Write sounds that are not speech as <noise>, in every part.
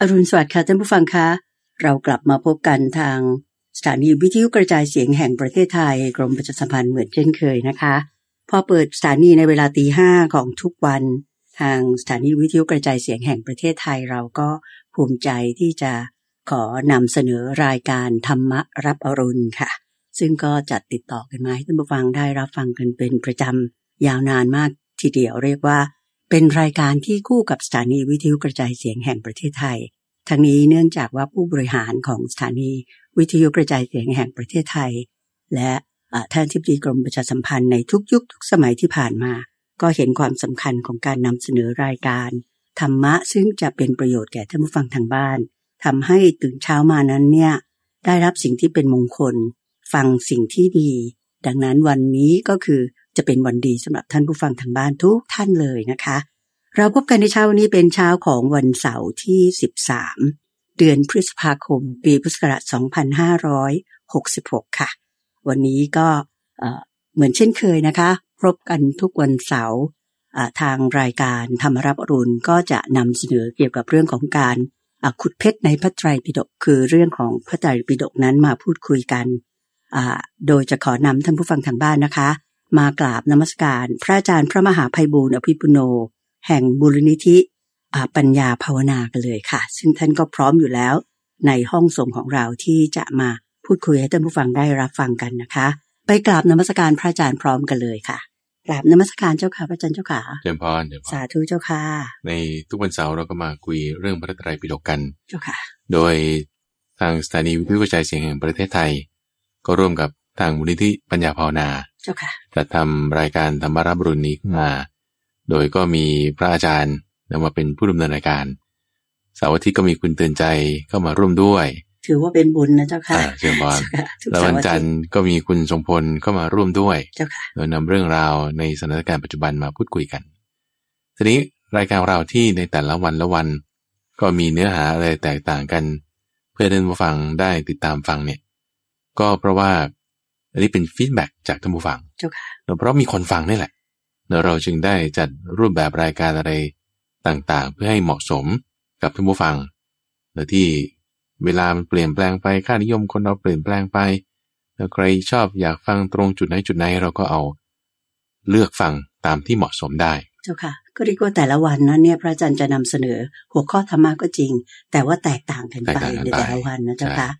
อรุณสวัสดิ์ค่ะท่านผู้ฟังคะ เรากลับมาพบกันทางสถานีวิทยุกระจายเสียงแห่งประเทศไทย กรมประชาสัมพันธ์เหมือนเช่นเคยนะคะ พอเปิดสถานีในเวลาตีห้าของทุกวัน ทางสถานีวิทยุกระจายเสียงแห่งประเทศไทยเราก็ภูมิใจที่จะขอนำเสนอรายการธรรมะรับอรุณค่ะ ซึ่งก็จัดติดต่อกันมาให้ท่านผู้ฟังได้รับฟังกันเป็นประจำยาวนานมากทีเดียวเรียกว่า เป็นรายการที่คู่กับสถานีวิทยุกระจายเสียงแห่งประเทศไทย ทั้งนี้เนื่องจากว่าผู้บริหารของสถานีวิทยุกระจายเสียงแห่งประเทศไทย และเอ่อท่านทิบดีกรมประชาสัมพันธ์ในทุกยุคทุกสมัยที่ผ่านมา ก็เห็นความสำคัญของการนำเสนอรายการ ธรรมะซึ่งจะเป็นประโยชน์แก่ท่านผู้ฟังทางบ้านทำให้ตื่นเช้ามานั้นเนี่ยได้รับสิ่งที่เป็นมงคล ฟังสิ่งที่ดี ดังนั้นวันนี้ก็คือจะเป็นวันดีสำหรับท่านผู้ฟังทางบ้านทุกท่านเลยนะคะ เราพบกันในเช้าวันนี้เป็นเช้าของวันเสาร์ที่ 13 เดือนพฤษภาคม ปีพุทธศักราช 2566 ค่ะ วันนี้ก็เอ่อเหมือนเช่นเคยนะคะ พบกันทุกวันเสาร์อ่าทางรายการธรรมรับอรุณก็จะนำเสนอเกี่ยวกับเรื่องของการอ่าขุดเพชรในพระไตรปิฎกคือเรื่องของพระไตรปิฎกนั้นมาพูดคุยกันอ่าโดยจะขอนำท่านผู้ฟังทางบ้านนะคะ มากราบนมัสการ พระอาจารย์พระมหาภัยบูร์อภิปุโน แห่งบุรณิธิอ่าปัญญาภาวนากันเลยค่ะ ซึ่งท่านก็พร้อมอยู่แล้ว ในห้องส่งของเราที่จะมาพูดคุยให้ท่านผู้ฟังได้รับฟังกันนะคะ ไปกราบนมัสการพระอาจารย์พร้อมกันเลยค่ะกราบนมัสการเจ้าค่ะพระอาจารย์เจ้าค่ะ เจริญพรเจริญพร สาธุเจ้าค่ะ ในทุกวันเสาร์เราก็มาคุยเรื่องพระไตรปิฎกกัน เจ้าค่ะ โดยทางสถานีวิทยุกระจายเสียงแห่งประเทศไทย ก็ร่วมกับทางมูลนิธิปัญญาภาวนา เจ้าค่ะ จัดทำรายการธรรมรับรุนนี้ขึ้นมา โดยก็มีพระอาจารย์นำมาเป็นผู้ดำเนินรายการเสาร์อาทิตย์ก็มีคุณเตือนใจเข้ามาร่วมด้วย ถือว่าเป็นบุญนะเจ้าค่ะ อ่าเจริญพร เจ้าค่ะทุก แล้ว เสา วัน ร์อา จั ทิ น ต ท ย์ ร์ก็มีคุณทรงพลเข้ามาร่วมด้วย เจ้าค่ะ โดยนำเรื่องราวในสถานการณ์ปัจจุบันมาพูดคุยกัน ทีนี้รายการของเราที่ในแต่ละวันละวัน ก็มีเนื้อหาอะไรแตกต่างกัน เพื่อให้ท่านผู้ฟังได้ติดตามฟังเนี่ย ก็เพราะว่าอันนี้เป็นฟีดแบ็กจากท่านผู้ฟัง เจ้าค่ะ เนอะเพราะมีคนฟังนี่แหละเนอะเราจึงได้จัดรูปแบบรายการอะไรต่างๆ เพื่อให้เหมาะสมกับท่านผู้ฟังเนอะที่เวลามันเปลี่ยนแปลงไปค่านิยมคนเราเปลี่ยนแปลงไป แล้วใครชอบอยากฟังตรงจุดไหนจุดไหนเราก็เอาเลือกฟังตามที่เหมาะสมได้ เจ้าค่ะ ก็เรียกว่าแต่ละวันนั้นเนี่ยพระอาจารย์จะนำเสนอหัวข้อธรรมะก็จริง แต่ว่าแตกต่างกันไป แตกต่างกัน ใน ไป แต่ละวันนะเจ้าค่ะ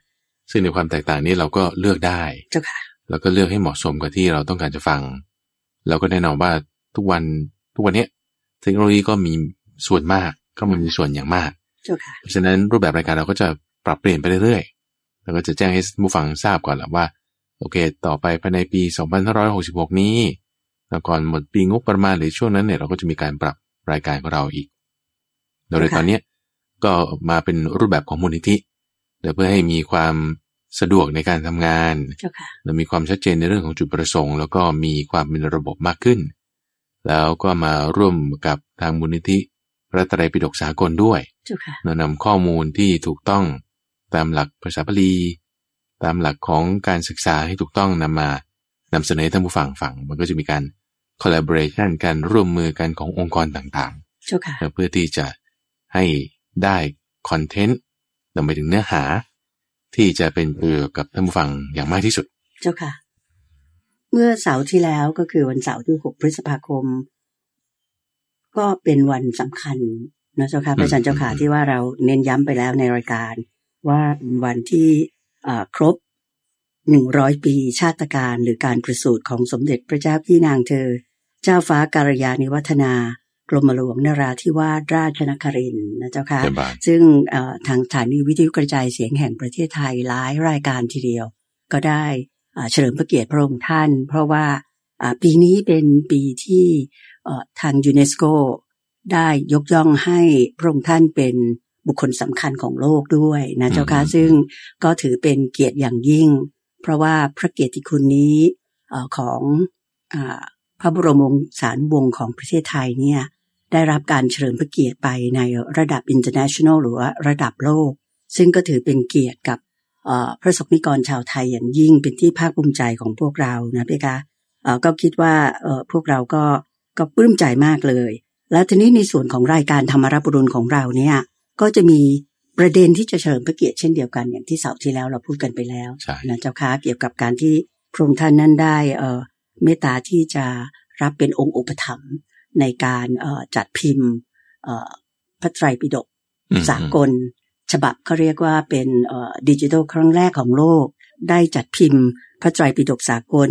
ซึ่งในความแตกต่างนี้เราก็เลือกได้ เจ้าค่ะ แล้วก็เลือกให้เหมาะสมกับที่เราต้องการจะฟัง แล้วก็แน่นอนว่าทุกวันทุกวันเนี้ยเทคโนโลยีก็มีส่วนมากก็มันมีส่วนอย่างมาก เจ้าค่ะ เพราะฉะนั้นรูปแบบรายการเราก็จะปรับเปลี่ยนไปเรื่อยๆ แล้วก็จะแจ้งให้ผู้ฟังทราบก่อนแหละว่า โอเค ต่อไปภายในปี 2566 นี้แล้วก่อนหมดปีงบประมาณหรือช่วงนั้นเนี่ยเราก็จะมีการปรับรายการของเราอีก โดยใน ค่ะ ตอนเนี้ยก็มาเป็นรูปแบบของมูลนิธิเดี๋ยวเพื่อให้มีความสะดวกในการทำงาน เจ้าค่ะ เรามีความชัดเจนในเรื่องของจุดประสงค์ แล้วก็มีความเป็นระบบมากขึ้น แล้วก็มาร่วมกับทางมูลนิธิพระไตรัยปิฎกสากลด้วย เจ้าค่ะ เรานำข้อมูลที่ถูกต้องตามหลักภาษาบาลี ตามหลักของการศึกษาให้ถูกต้องนำมานำเสนอให้ท่านผู้ฟังฟัง มันก็จะมีการ collaboration การร่วมมือกันขององค์กรต่าง เจ้าค่ะ ๆ เพื่อที่จะให้ได้คอนเทนต์นำไปถึงเนื้อหา ที่จะเป็นประโยชน์กับท่านผู้ฟังอย่างมากที่สุด เจ้าค่ะ เมื่อเสาร์ที่แล้วก็คือวันเสาร์ที่ 6 พฤษภาคม ก็เป็นวันสำคัญนะเจ้าค่ะพระอาจารย์เจ้าค่ะ อืม ที่ว่าเราเน้นย้ำไปแล้วในรายการ ว่าเป็นวันที่เอ่อครบ 100 ปีชาติการหรือการประสูติของสมเด็จพระเจ้าพี่นางเธอ เจ้าฟ้าการยานิวัฒนากรมหลวงนราธิวาสราชนครินทร์นะเจ้าค่ะ เจ้าบ้าน ซึ่งเอ่อทางสถานีวิทยุกระจายเสียงแห่งประเทศไทยหลายรายการทีเดียว ก็ได้เอ่อเฉลิมพระเกียรติพระองค์ท่าน เพราะว่าอ่าปีนี้เป็นปีที่เอ่อทางยูเนสโกได้ยกย่องให้พระองค์ท่านเป็นบุคคลสำคัญของโลกด้วยนะเจ้าค่ะซึ่งก็ถือเป็นเกียรติอย่างยิ่ง เพราะว่าพระเกียรติคุณนี้เอ่อของอาพระบรมวงศานุวงศ์ของประเทศไทยเนี่ย ได้รับการเฉลิมพระเกียรติไปในระดับ international หรือว่าระดับโลก ซึ่งก็ถือเป็นเกียรติกับเอ่อพระสงฆ์นิกรชาวไทยอย่างยิ่งเป็นที่ภาคภูมิใจของพวกเรานะพี่คะเอ่อก็คิดว่าเอ่อพวกเราก็ก็ปลื้มใจมากเลย และทีนี้ในส่วนของรายการธรรมรับบุรุณของเราเนี่ยก็จะมี ประเด็นที่จะเฉลิมพระเกียรติเช่นเดียวกันอย่างที่เสาร์ที่แล้วเราพูดกันไปแล้ว ใช่ นะเจ้าค่ะเกี่ยวกับการที่พระองค์ท่านนั้นได้เอ่อเมตตาที่จะรับเป็นองค์อุปถัมภ์ในการเอ่อจัดพิมพ์เอ่อพระไตรปิฎก อืม สากล ฉบับเขาเรียกว่าเป็นดิจิทัลครั้งแรกของโลก ได้จัดพิมพ์ พระไตรปิฎกสากล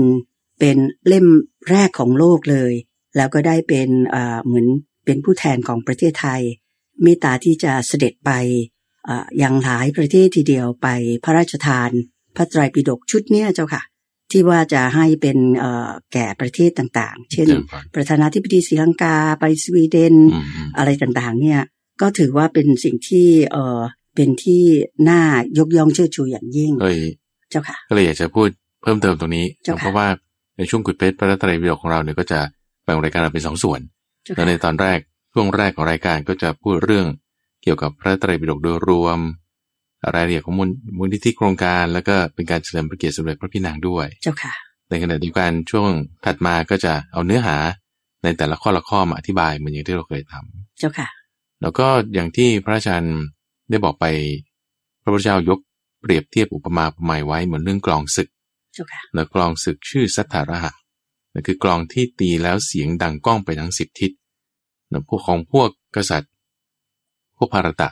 เป็นเล่มแรกของโลกเลย แล้วก็ได้เป็นเอ่อเหมือนเป็นผู้แทนของประเทศไทย เมตตาที่จะเสด็จไปเอ่อยังหลายประเทศทีเดียวไปพระราชทาน พระไตรปิฎกชุดเนี้ยเจ้าค่ะ ที่ว่าจะให้เป็นเอ่อแก่ประเทศต่างๆ เช่น เต็มปาก ประธานาธิบดีศรีลังกาไปสวีเดน อืมอืม อะไรต่างๆ เนี่ยก็ถือว่าเป็นสิ่งที่เออเป็นที่น่ายกย่องเชิดชูอย่างยิ่ง เอ้ย เจ้าค่ะ ก็เลยอยากจะพูดเพิ่มเติมตรงนี้ เจ้าค่ะ เพราะว่าในช่วงกุดเพชรพระไตรัยวิโดของเราเนี่ยก็จะแบ่งรายการออกเป็นสองส่วน เจ้า แล้ว ค่ะ ในตอนแรกช่วงแรกของรายการก็จะพูดเรื่องเกี่ยวกับพระไตรัยปิฎกโดยรวม รายละเอียดของมูลมูลนิธิโครงการ แล้วก็เป็นการเฉลิมพระเกียรติสมเด็จพระพี่นางด้วย เจ้าค่ะ ในขณะเดียวกันช่วงถัดมาก็จะเอาเนื้อหาในแต่ละข้อละข้อมาอธิบายเหมือนอย่างที่เราเคยทำ เจ้าค่ะ แล้วก็อย่างที่พระอาจารย์ได้บอกไป พระพุทธเจ้ายกเปรียบเทียบอุปมาอุปไมยไว้เหมือนเรื่องกลองศึก เจ้าค่ะ นะกลองศึกชื่อสัทธาระหะนั่นคือกลองที่ตีแล้วเสียงดังก้องไปทั้งสิบทิศนะพวกของพวกกษัตริย์ พวกภารตะ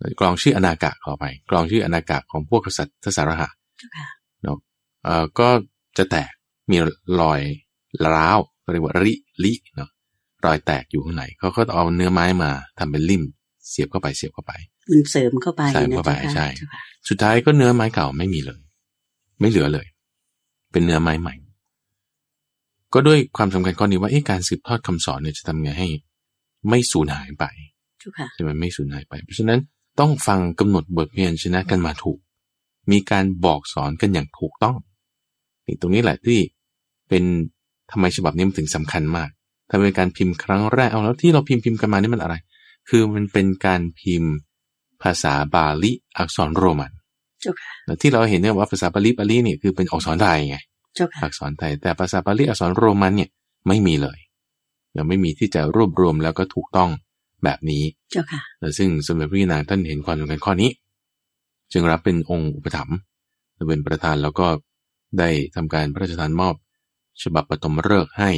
นะกลองชื่ออนากะขอไป กลองชื่ออนากะของพวกกษัตริย์ทศรหะ เจ้าค่ะ เนาะเอ่อก็จะแตกมีรอยร้าวเรียกว่าริลิเนาะรอยแตกอยู่ข้างในเขาก็เอาเนื้อไม้มาทำเป็นลิ่มเสียบเข้าไปเสียบเข้าไป มันเสริมเข้าไป เสริม นะ เข้าไป เจ้าค่ะ ใช่ เจ้าค่ะ สุดท้ายก็เนื้อไม้เก่าไม่มีเลย ไม่เหลือเลย เป็นเนื้อไม้ใหม่ ก็ด้วยความสำคัญข้อนี้ว่าเอ๊ะการสืบทอดคำสอนเนี่ยจะทำไงให้ ไม่สูญหายไป เจ้าค่ะ ใช่ไหมไม่สูญหายไป เพราะฉะนั้นต้องฟังกำหนดบทเพียนชนะกันมาถูก มีการบอกสอนกันอย่างถูกต้องนี่ตรงนี้แหละที่เป็นทำไมฉบับนี้มันถึงสำคัญมากถ้าเป็นการพิมพ์ครั้งแรกเอาแล้วที่เราพิมพ์พิมพ์กันมานี่มันอะไร คือมันเป็นการพิมพ์ภาษาบาลีอักษรโรมัน เจ้าค่ะ แล้วที่เราเห็นเนี่ยว่าภาษาบาลีบาลีเนี่ยคือเป็นอักษรไทยไง เจ้าค่ะ อักษรไทย แต่ภาษาบาลีอักษรโรมันเนี่ยไม่มีเลยยังไม่มีที่จะรวบรวมแล้วก็ถูกต้องแบบนี้ เจ้าค่ะ แล้วซึ่งสมเด็จพระนางท่านเห็นความสำคัญข้อนี้ จึงรับเป็นองค์อุปถัมภ์และเป็นประธานแล้วก็ได้ทำการพระราชทานมอบ ฉบับปฐมฤกษ์ให้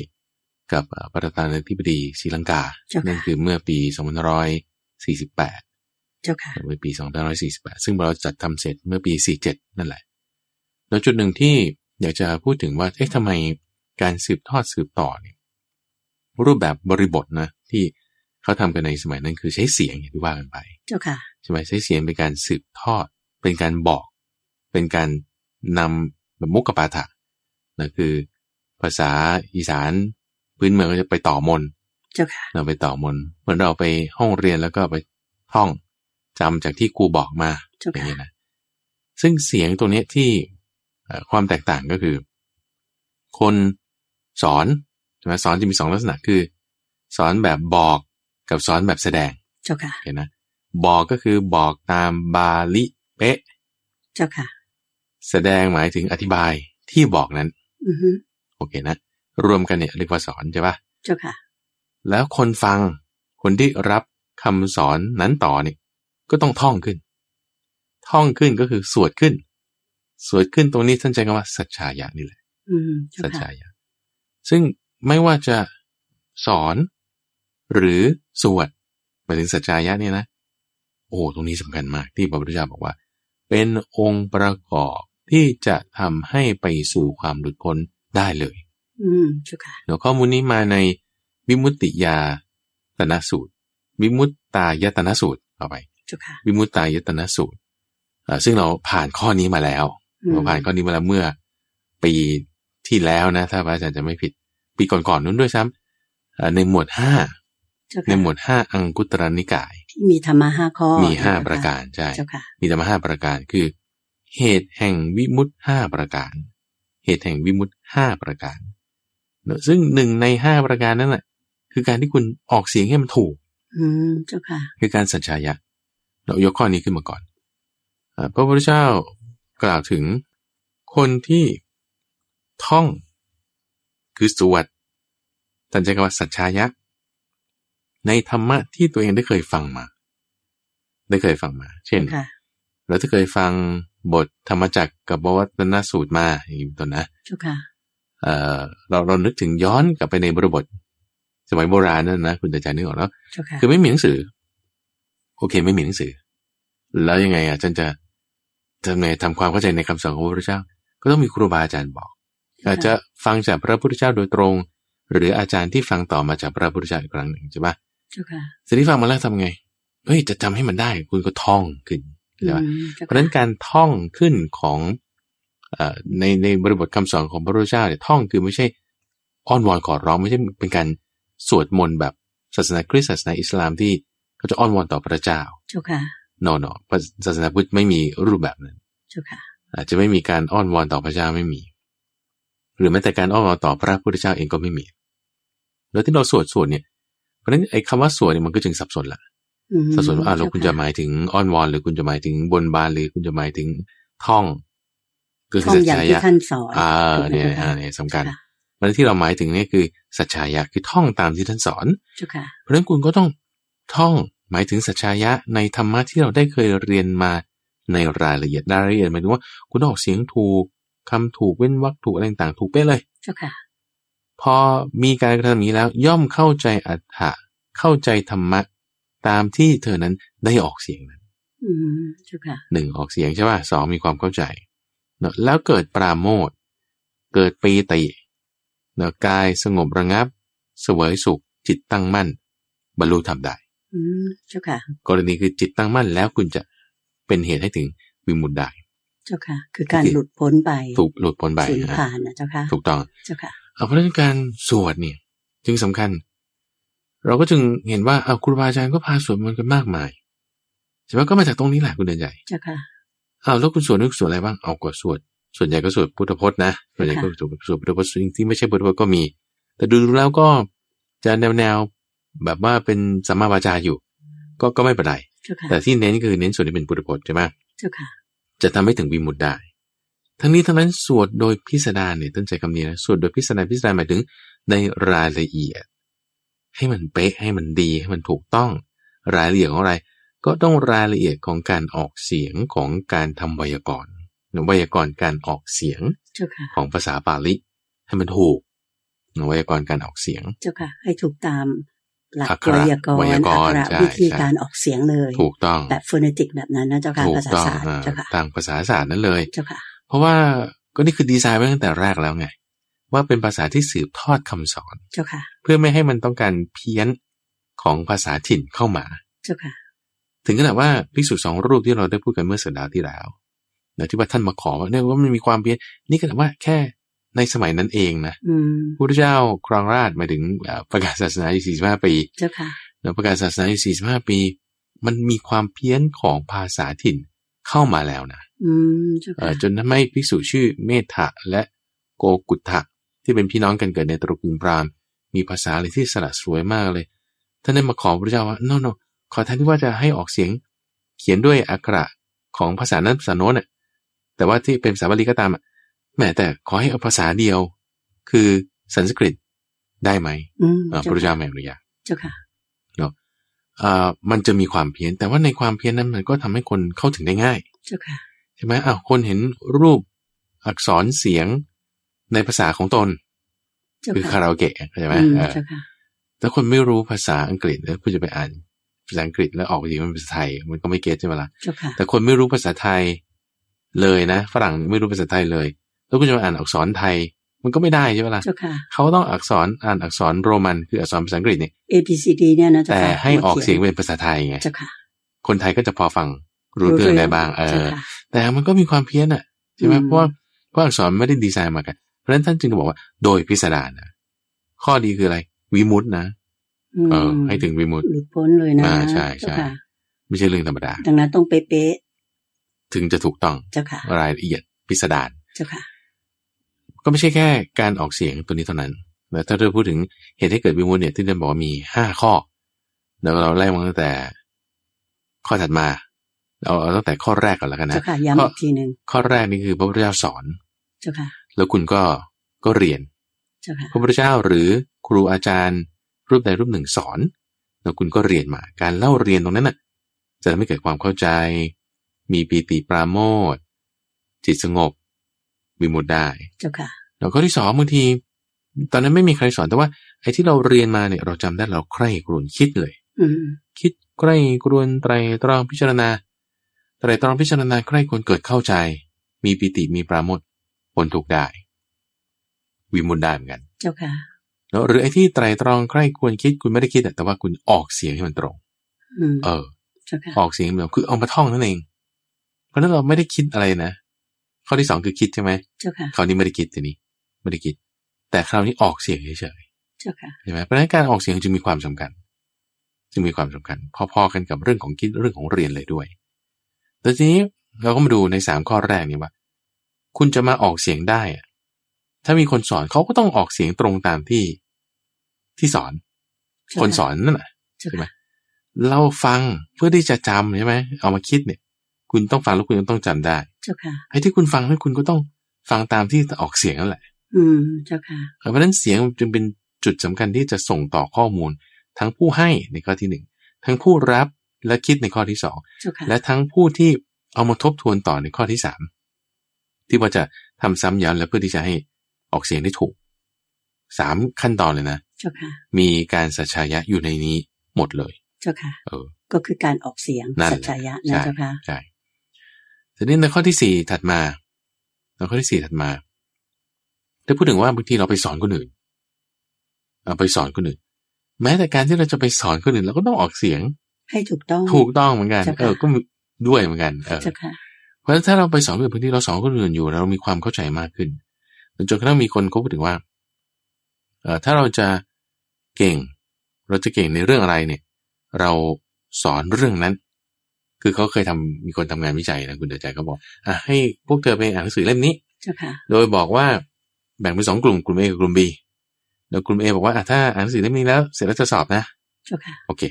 กับเอ่อประธานาธิบดีศรีลังกา เจ้า นั่ ค่ะ นคือเมื่อปี 2548 เจ้าค่ะ เมื่อปี 2548 ซึ่งเราจัดทำเสร็จเมื่อปี 47 นั่นแหละ แล้วจุดหนึ่งที่อยากจะพูดถึงว่า เอ๊ะทำไมการสืบทอดสืบต่อเนี่ยรูปแบบบริบทนะที่เขาทำกันในสมัยนั้นคือใช้เสียงอย่างที่ว่ากันไป เจ้าค่ะ ใช่ไหมใช้เสียงเป็นการสืบทอด เป็นการบอก เป็นการนำแบบมุกกปาฐะนะคือภาษาอีสานพื้นเมืองก็จะไปต่อมนต์ เจ้าค่ะ เราไปต่อมนต์เหมือนเราไปห้องเรียนแล้วก็ไปท่องจำจากที่ครูบอกมา เจ้า อย่าง ค่ะ นี้ยนะซึ่งเสียงตัวเนี้ยที่เอ่อความแตกต่างก็คือ คนสอนใช่ไหมสอนจะมีสองลักษณะคือ สอนแบบบอกกับสอนแบบแสดง เจ้าค่ะ เห็นนะ บอกก็คือบอกตามบาลิเป๊ะ เจ้าค่ะ แสดงหมายถึงอธิบายที่บอกนั้น อือฮึ โอเคนะ รวมกันเนี่ยเรียกว่าสอนใช่ปะ เจ้าค่ะ แล้วคนฟังคนที่รับคำสอนนั้นต่อเนี่ยก็ต้องท่องขึ้น ท่องขึ้นก็คือสวดขึ้น สวดขึ้นตรงนี้ท่านใช้คำว่าสัจชายะนี่แหละ อืมเจ้า สัจ ค่ะ ชายะซึ่งไม่ว่าจะสอน หรือสวดหมายถึงสัจชายะเนี่ยนะ โอ้ตรงนี้สำคัญมากที่พระพุทธเจ้าบอกว่า เป็นองค์ประกอบที่จะทำให้ไปสู่ความหลุดพ้นได้เลย อืมเจ้าค่ะ เดี๋ยวข้อมูลนี้มาในวิมุตติยาตนสูตร วิมุตตายตนสูตรต่อไป เจ้าค่ะ วิมุตตายตนสูตรอ่าซึ่งเราผ่านข้อนี้มาแล้ว อืม เราผ่านข้อนี้มาแล้วเมื่อปีที่แล้วนะ ถ้าพระอาจารย์จะไม่ผิด ปีก่อนๆนู้นด้วยซ้ำอ่าในหมวดห้า เจ้า ใน ค่ะ หมวดห้าอังกุตรนิกาย ที่มีธรรมะห้าข้อ มีห้า เจ้ ประการใช่ เจ้าค่ะ มีธรรมห้าประการคือ เหตุแห่งวิมุตห้าประการ เหตุแห่งวิมุตห้าประการเนอะซึ่งหนึ่งในห้าประการนั่นแหละคือการที่คุณออกเสียงให้มันถูก อืมเจ้าค่ะ คือการสัญชายะ เรายกข้อนี้ขึ้นมาก่อนอ่าพระพุทธเจ้ากล่าวถึงคนที่ท่อง คือสวดท่านใช้คำว่าสัญชายะ ในธรรมะที่ตัวเองได้เคยฟังมา ได้เคยฟังมา เช่น ค่ะ เราจะเคยฟังบทธรรมจักรกับวัตนสูตรมาอย่างนี้เป็นต้นนะ เจ้าค่ะ เอ่อเราเรานึกถึงย้อนกลับไปในบริบท สมัยโบราณนั่นนะคุณตาใจารย์นึกออกแล้ว เจ้าค่ะ คือไม่มีหนังสือ โอเคไม่มีหนังสือ แล้วยังไงอ่ะฉันจะทำไงทำความเข้าใจในคำสอนของพระพุทธเจ้า ก็ต้องมีครูบาอาจารย์บอก อาจจะฟังจากพระพุทธเจ้าโดยตรง หรืออาจารย์ที่ฟังต่อมาจากพระพุทธเจ้าอีกครั้งหนึ่งใช่ปะ เจ้าค่ะ สิ่งที่ฟังมาแล้วทำไงเฮ้ยจะจำให้มันได้ คุณก็ท่องขึ้นเข้าใจปะ อืมเจ้าค่ะเพราะฉะนั้นการท่องขึ้นของเออในในบริบทคำสอนของพระพุทธเจ้าเนี่ยท่องคือไม่ใช่อ้อนวอนขอร้องไม่ใช่เป็นการสวดมนต์แบบศาสนาคริสต์ศาสนาอิสลามที่เขาจะอ้อนวอนต่อพระเจ้า เจ้าค่ะ โนโนศาสนาพุทธไม่มีรูปแบบนั้น เจ้าค่ะ อาจจะไม่มีการอ้อนวอนต่อพระเจ้าไม่มี หรือแม้แต่การอ้อนวอนต่อพระพุทธเจ้าเองก็ไม่มี แล้วที่เราสวดสวดเนี่ยเพราะฉะนั้นไอ้คำว่าสวดเนี่ยมันก็จึงสับสนละ อืม สับสนว่าอ่ะแล้วคุณจะ เา หมายถึงอ้อนวอน หรือคุณจะหมายถึงบนบานหรือคุณจะหมายถึงท่องก็ ท่องอย่างที่ ยะ ท่านสอน อ่า ถูกไหม เนี่ย เจ้า อ่า ค่ะ เนี่ยสำคัญ ค่ะ มันที่เราหมายถึงเนี่ยคือสัจชายะคือท่องตามที่ท่านสอน เจ้าค่ะ เพราะฉะนั้นคุณก็ต้องท่องหมายถึงสัจชายะในธรรมะที่เราได้เคยเรียนมาในรายละเอียดรายละเอียดหมายถึงว่าคุณต้องออกเสียงถูกคำถูกเว้นวรรคถูกอะไรต่างๆถูกเป๊ะเลย เจ้าค่ะ พอมีการกระทำอย่างนี้แล้วย่อมเข้าใจอัฏฐะเข้าใจธรรมะตามที่เธอนั้นได้ออกเสียงนั้น อืมเจ้าค่ะ หนึ่งออกเสียงใช่ป่ะสองมีความเข้าใจเนอะแล้วเกิดปราโมทย์เกิดปีติเนอะกายสงบระงับ เสวยสุข จิตตั้งมั่น บรรลุธรรมได้ อืมเจ้าค่ะ กรณีคือจิตตั้งมั่นแล้วคุณจะเป็นเหตุให้ถึงวิมุตติได้ เจ้าค่ะ คือการ โอเค หลุดพ้นไป ถูกหลุดพ้นไป สูญ นะ ผ่านนะเจ้าค่ะ ถูกต้อง เจ้าค่ะ เอาเพราะฉะนั้นการสวดเนี่ยจึงสำคัญ เราก็จึงเห็นว่าเอาวครูบาอาจารย์ก็พาสวดมนต์กันมากมายใช่ไหมก็มาจากตรงนี้แหละคุณเดินใจ เจ้าค่ะ อ้าวแล้วคุณสวดนึกสวดอะไรบ้างเอาก็สวดส่วนใหญ่ก็สวดพุทธพจน์นะส่วนใหญ่ก็สวดสวดพุทธพจน์สิ่งที่ไม่ใช่พุทธพจน์ก็มี แต่ดูแล้วก็จะแนวแนวๆแบบว่าเป็นสัมมาวาจาอยู่ ก็ก็ไม่เป็นไร เจ้าค่ะ แต่ที่เน้นคือเน้นส่วนที่เป็นพุทธพจน์ใช่ไหม เจ้าค่ะ จะทำให้ถึงวิมุตติได้ ทั้งนี้ทั้งนั้นสวดโดยพิสดารเนี่ยตั้งใจคำนี้นะสวดโดยพิสดารพิสดารหมายถึงในรายละเอียด ให้มันเป๊ะให้มันดีให้มันถูกต้องรายละเอียดของอะไร ก็ต้องรายละเอียดของการออกเสียงของการทำไวยากรณ์ไวยากรณ์การออกเสียง เจ้าค่ะ ของภาษาบาลีให้มันถูกไวยากรณ์การออกเสียง เจ้าค่ะ ให้ถูกตามหลัก อักข ไว ระ ยากร ไวยา ณ์ กรณ์ อักข ใช่ ระวิธี ใช่ การออกเสียงเลย ถูกต้อง แบบฟ o น e ติกแบบนั้นนะเจ้าค่ะ ถูก ภาษา ต้อง ศาสตร์ อ่า เจ้าค่ะ ทางภาษาศาสตร์นั่นเลย เจ้าค่ะ เพราะว่าก็นี่คือดีไซน์ไว้ตั้งแต่แรกแล้วไง ว่าเป็นภาษาที่สืบทอดคำสอน เจ้าค่ะ เพื่อไม่ให้มันต้องการเพี้ยนของภาษาถิ่นเข้ามา เจ้าค่ะ ถึงขนาดว่าภิกษุสองรูปที่เราได้พูดกันเมื่อสัปดาห์ที่แล้วนะที่ว่าท่านมาขอว่าเนี่ยว่ามันมีความเพี้ยนนี่ขนาดว่าแค่ในสมัยนั้นเองนะ อืม พระพุทธเจ้าครองราชย์หมายถึงเอ่อประกาศศาสนาอยู่45 ปี เจ้าค่ะ แล้วประกาศศาสนาอยู่45 ปี มันมีความเพี้ยนของภาษาถิ่นเข้ามาแล้วนะ อืม เจ้า เอ่ ค่ะ อจนทำให้ภิกษุชื่อเมธะและโกกุฏะที่เป็นพี่น้องกันเกิดในตระกูลพราหมณ์มีภาษาอะไรที่สละสวยมากเลย ท่านได้มาขอพระเจ้าว่าโนโนขอแทนที่ว่าจะให้ออกเสียงเขียนด้วยอักขระของภาษานั้นภาษาโน้นน่ะแต่ว่าที่เป็นภาษาบาลีก็ตามอ่ะแหมแต่ขอให้เอาภาษาเดียว คือสันสกฤตได้ไหม อืม เอ่อพระพุทธเจ้าไม่อนุญาต เจ้าค่ะ เอ่อมันจะมีความเพี้ยน แต่ว่าในความเพี้ยนนั้นมันก็ทำให้คนเข้าถึงได้ง่าย เจ้าค่ะ ใช่ไหมอ้าวคนเห็นรูปอักษรเสียงในภาษาของตน เจ้า คือคา ค่ะ ราโอเกะใช่ไหม อืม เออ เจ้าค่ะ แต่คนไม่รู้ภาษาอังกฤษแล้วคุณจะไปอ่านภาษาอังกฤษแล้วออกเสียงเป็นภาษาไทย มันก็ไม่เก็ตใช่ไหมล่ะ เจ้าค่ะ แต่คนไม่รู้ภาษาไทยเลยนะ ฝรั่งไม่รู้ภาษาไทยเลย แล้วคุณจะมาอ่านอักษรไทย มันก็ไม่ได้ใช่ไหมล่ะ เจ้าค่ะ เขาต้องอักษรอ่านอักษรโรมันคืออักษรภาษาอังกฤษเนี่ย A B C D เนี่ยนะเจ้า แต่ ค่ะ ให้ออกเสียงเป็นภาษาไทยไง เจ้าค่ะ คนไทยก็จะพอฟังรู้เรื่องได้บ้างเอ เจ้า อ ค่ะ แต่มันก็มีความเพี้ยนอ่ะใช่ไหม อืม เพราะว่าเพราะอักษรไม่ได้ดีไซน์มากัน เพราะฉะนั้นท่านจึงบอกว่าโดยพิสดารนะข้อดีคืออะไรวิมุตตินะเอออ ม ให้ถึงวิมุตติ หลุดพ้นเลยนะ อ่าใช่ใช่ เจ้าค่ะ ไม่ใช่เรื่องธรรมดา ดังนั้นต้องเป๊ะ ถึงจะถูกต้อง ๆเจ้าค่ะ รายละเอียดพิสดาร เจ้าค่ะ ก็ไม่ใช่แค่การออกเสียงตัวนี้เท่านั้นแต่ถ้าเราพูดถึงเหตุให้เกิดวิมุตติเนี่ยที่ท่านบอกว่ามีห้าข้อเดี๋ยวเราไล่มาตั้งแต่ ข้อถัดมาเอาเอาตั้งแต่ข้อแรกก่อนแล้วกัน เจ้า นะ ค่ะ ย้ำอีกทีหนึ่ง ข้อแรกนี่คือพระพุทธเจ้าสอน เจ้าค่ะ แล้วคุณก็ก็เรียน เจ้าค่ะ พระพุทธเจ้าหรือครูอาจารย์รูปใดรูปหนึ่งสอนแล้วคุณก็เรียนมา การเล่าเรียนตรงนั้นน่ะ จะทำให้เกิดความเข้าใจ มีปีติปราโมทย์จิตสงบวิมุตได้ เจ้าค่ะ แล้วก็ที่สองบางที ตอนนั้นไม่มีใครสอนแต่ว่าไอ้ที่เราเรียนมาเนี่ยเราจำได้เราใคร่ครวญคิดเลย อืม คิดใคร่ครวญไตรตรองพิจารณาไตรตรองพิจารณาใคร่ครวญเกิดเข้าใจ มีปิติมีปราโมทย์ผลถูกข์ได้ วิมุตได้เหมือนกัน เจ้าค่ะ แล้วหรือไอ้ที่ไตรตรองใคร่ครวญคิดคุณไม่ได้คิดอะแต่ว่าคุณออกเสียงให้มันตรง อืม เออ เจ้าค่ะ ออกเสียงแบบคือเอามาท่องนั่นเอง เพราะฉะนั้นเราไม่ได้คิดอะไรนะ ข้อที่สองคือคิดใช่ไหม เจ้าค่ะ คราวนี้ไม่ได้คิดทีนี้ไม่ได้คิด แต่คราวนี้ออกเสียงเฉย เจ้าค่ะ ๆใช่ไหมเพราะฉะนั้นการออกเสียงจึงมีความสำคัญ จึงมีความสำคัญ พอๆกันกับเรื่องของคิดเรื่องของเรียนเลยด้วย แต่ทีนี้เราก็มาดูในสามข้อแรกนี่ว่า คุณจะมาออกเสียงได้อะถ้ามีคนสอนเขาก็ต้องออกเสียงตรงตามที่ที่สอน คนสอนนั่นแหละ เจ้า ใช่ไหม ค่ะ เราฟังเพื่อที่จะจำใช่ไหมเอามาคิดเนี่ย คุณต้องฟังแล้วคุณก็ต้องจำได้ เจ้าค่ะ ไอ้ที่คุณฟังนั้นคุณก็ต้องฟังตามที่ออกเสียงนั่นแหละ อืมเจ้าค่ะ เพราะฉะนั้นเสียงจึงเป็นจุดสำคัญที่จะส่งต่อข้อมูล ทั้งผู้ให้ในข้อที่หนึ่งทั้งผู้รับและคิดในข้อที่สอง เจ้าค่ะ และทั้งผู้ที่เอามาทบทวนต่อในข้อที่สามที่ว่าจะทำซ้ำย้ำและเพื่อที่จะให้ออกเสียงได้ถูกสามขั้นตอนเลยนะ เจ้าค่ะ มีการสัจชายะอยู่ในนี้หมดเลย เจ้าค่ะ เออ ก็คือการออกเสียง นั่นแห สั ละ จจายะนะ ใช่ เจ้าค่ะ ใช่ทีนี้ในข้อที่สี่ถัดมาในข้อที่สี่ถัดมาได้พูดถึงว่าบางทีเราไปสอนคนอื่นเอาไปสอนคนอื่น แม้แต่การที่เราจะไปสอนคนอื่นเราก็ต้องออกเสียง ให้ถูกต้อง ถูกต้องเหมือนกัน เจ้าค่ะ เออ ก็มีด้วยเหมือนกัน เออ เจ้าค่ะ เพราะฉะนั้นถ้าเราไปสอนคนอื่นบางทีเราสอนคนอื่นอยู่แล้วเรามีความเข้าใจมากขึ้น จนกระทั่งมีคนเขาพูดถึงว่า เออถ้าเราจะเก่ง เราจะเก่งในเรื่องอะไรเนี่ย เราสอนเรื่องนั้น คือเขาเคยทำมีคนทำงานวิจัยนะคุณเดือใจเขาบอกอ่ะให้พวกเธอไปอ่านหนังสือเล่มนี้ เจ้าค่ะ โดยบอกว่าแบ่งเป็นสองกลุ่มกลุ่ม A กับกลุ่ม B แล้วกลุ่ม A บอกว่าอ่ะถ้าอ่านหนังสือเล่มนี้แล้วเสร็จแล้วจะสอบนะ เจ้าค่ะ โอเค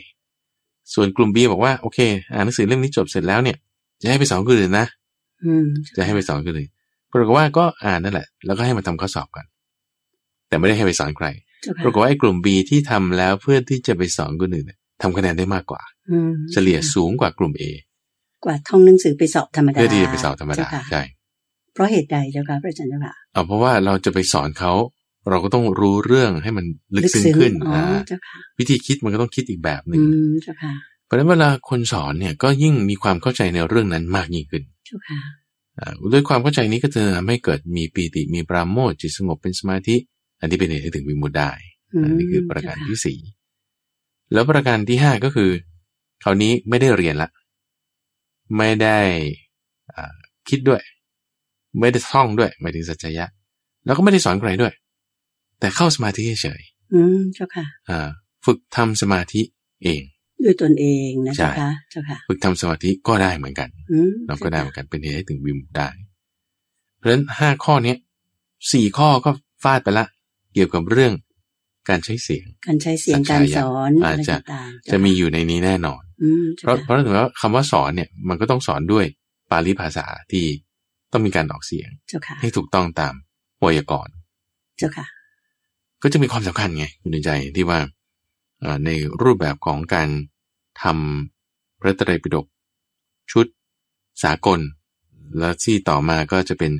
ส่วนกลุ่ม B บอกว่าโอเค อ่านหนังสือเล่มนี้จบเสร็จแล้วเนี่ย จะให้ไปสอนคนอื่นนะ อืม จะให้ไปสอนก็เลยปรากฏว่าก็อ่านนั่นแหละ แล้วก็ให้มาทำข้อสอบกัน แต่ไม่ได้ให้ไปสอนใคร เจ้าค่ะ ปรากฏว่าไอ้กลุ่ม B ที่ทำแล้วเพื่อที่จะไปสอนคนอื่นเนี่ยทำคะแนนได้มากกว่า อืม เฉลี่ยสูงกว่ากลุ่ม A กว่าท่องหนังสือไปสอบธรรมดา เพื่อที่จะไปสอนธรรมดา เจ้ค่ะ ใช่ เพราะเหตุใดเจ้าค่ะพระอาจารย์เจ้าค่ะ เอาเพราะว่าเราจะไปสอนเขาเราก็ต้องรู้เรื่องให้มันลึกซึ้งขึ้น อ๋อ อ่า เจ้าค่ะ วิธีคิดมันก็ต้องคิดอีกแบบหนึ่ อื ง มเจ้าค่ะ เพราะฉะนั้นเวลาคนสอนเนี่ยก็ยิ่งมีความเข้าใจในเรื่องนั้นมากยิ่งขึ้น เจ้าค่ะ อ่าด้วยความเข้าใจนี้ก็จะทำให้เกิดมีปีติมีปราโมทย์จิตสงบเป็นสมาธิ อันที่เป็นเหตุให้ถึงวิมุตติได้ อืม อันนี้คือประการที่ เจ้ สี่แล้วประการที่ห้าก็คือคราวนี้ไม่ได้เรียนละ ไม่ได้อ่าคิดด้วย ไม่ได้ท่องด้วยหมายถึงสัจจะยะ แล้วก็ไม่ได้สอนใครด้วย แต่เข้าสมาธิเฉย อืมเจ้าค่ะ ๆอ่าฝึกทำสมาธิเอง ด้วยตนเองนะเจ้า ใช่ ค่ะ เจ้าค่ะ ฝึกทำสมาธิก็ได้เหมือนกัน อืม เราก็ได้เหมือนกันเป็นเหตุให้ถึงวิมุตติได้ เพราะฉะนั้นห้าข้อเนี้ยสี่ข้อก็ฟาดไปละ เกี่ยวกับเรื่องการใช้เสียง การใช้เสียงการสอน อา อะ จ ไร จะ ต่างๆ จะ เจ้าค่ มีอยู่ในนี้แน่นอน อืม เพราะ เจ้าค่ะเพราะถึงว่าคำว่าสอนเนี่ยมันก็ต้องสอนด้วยปาลีภาษาที่ต้องมีการออกเสียง เจ้าค่ะ ให้ถูกต้องตามไวยากรณ์ เจ้าค่ะ ก็จะมีความสำคัญไงคุณดวงใจที่ว่าเอ่อในรูปแบบของการทำพระไตรัยปิฎกชุดสากล แล้วที่ต่อมาก็จะเป็น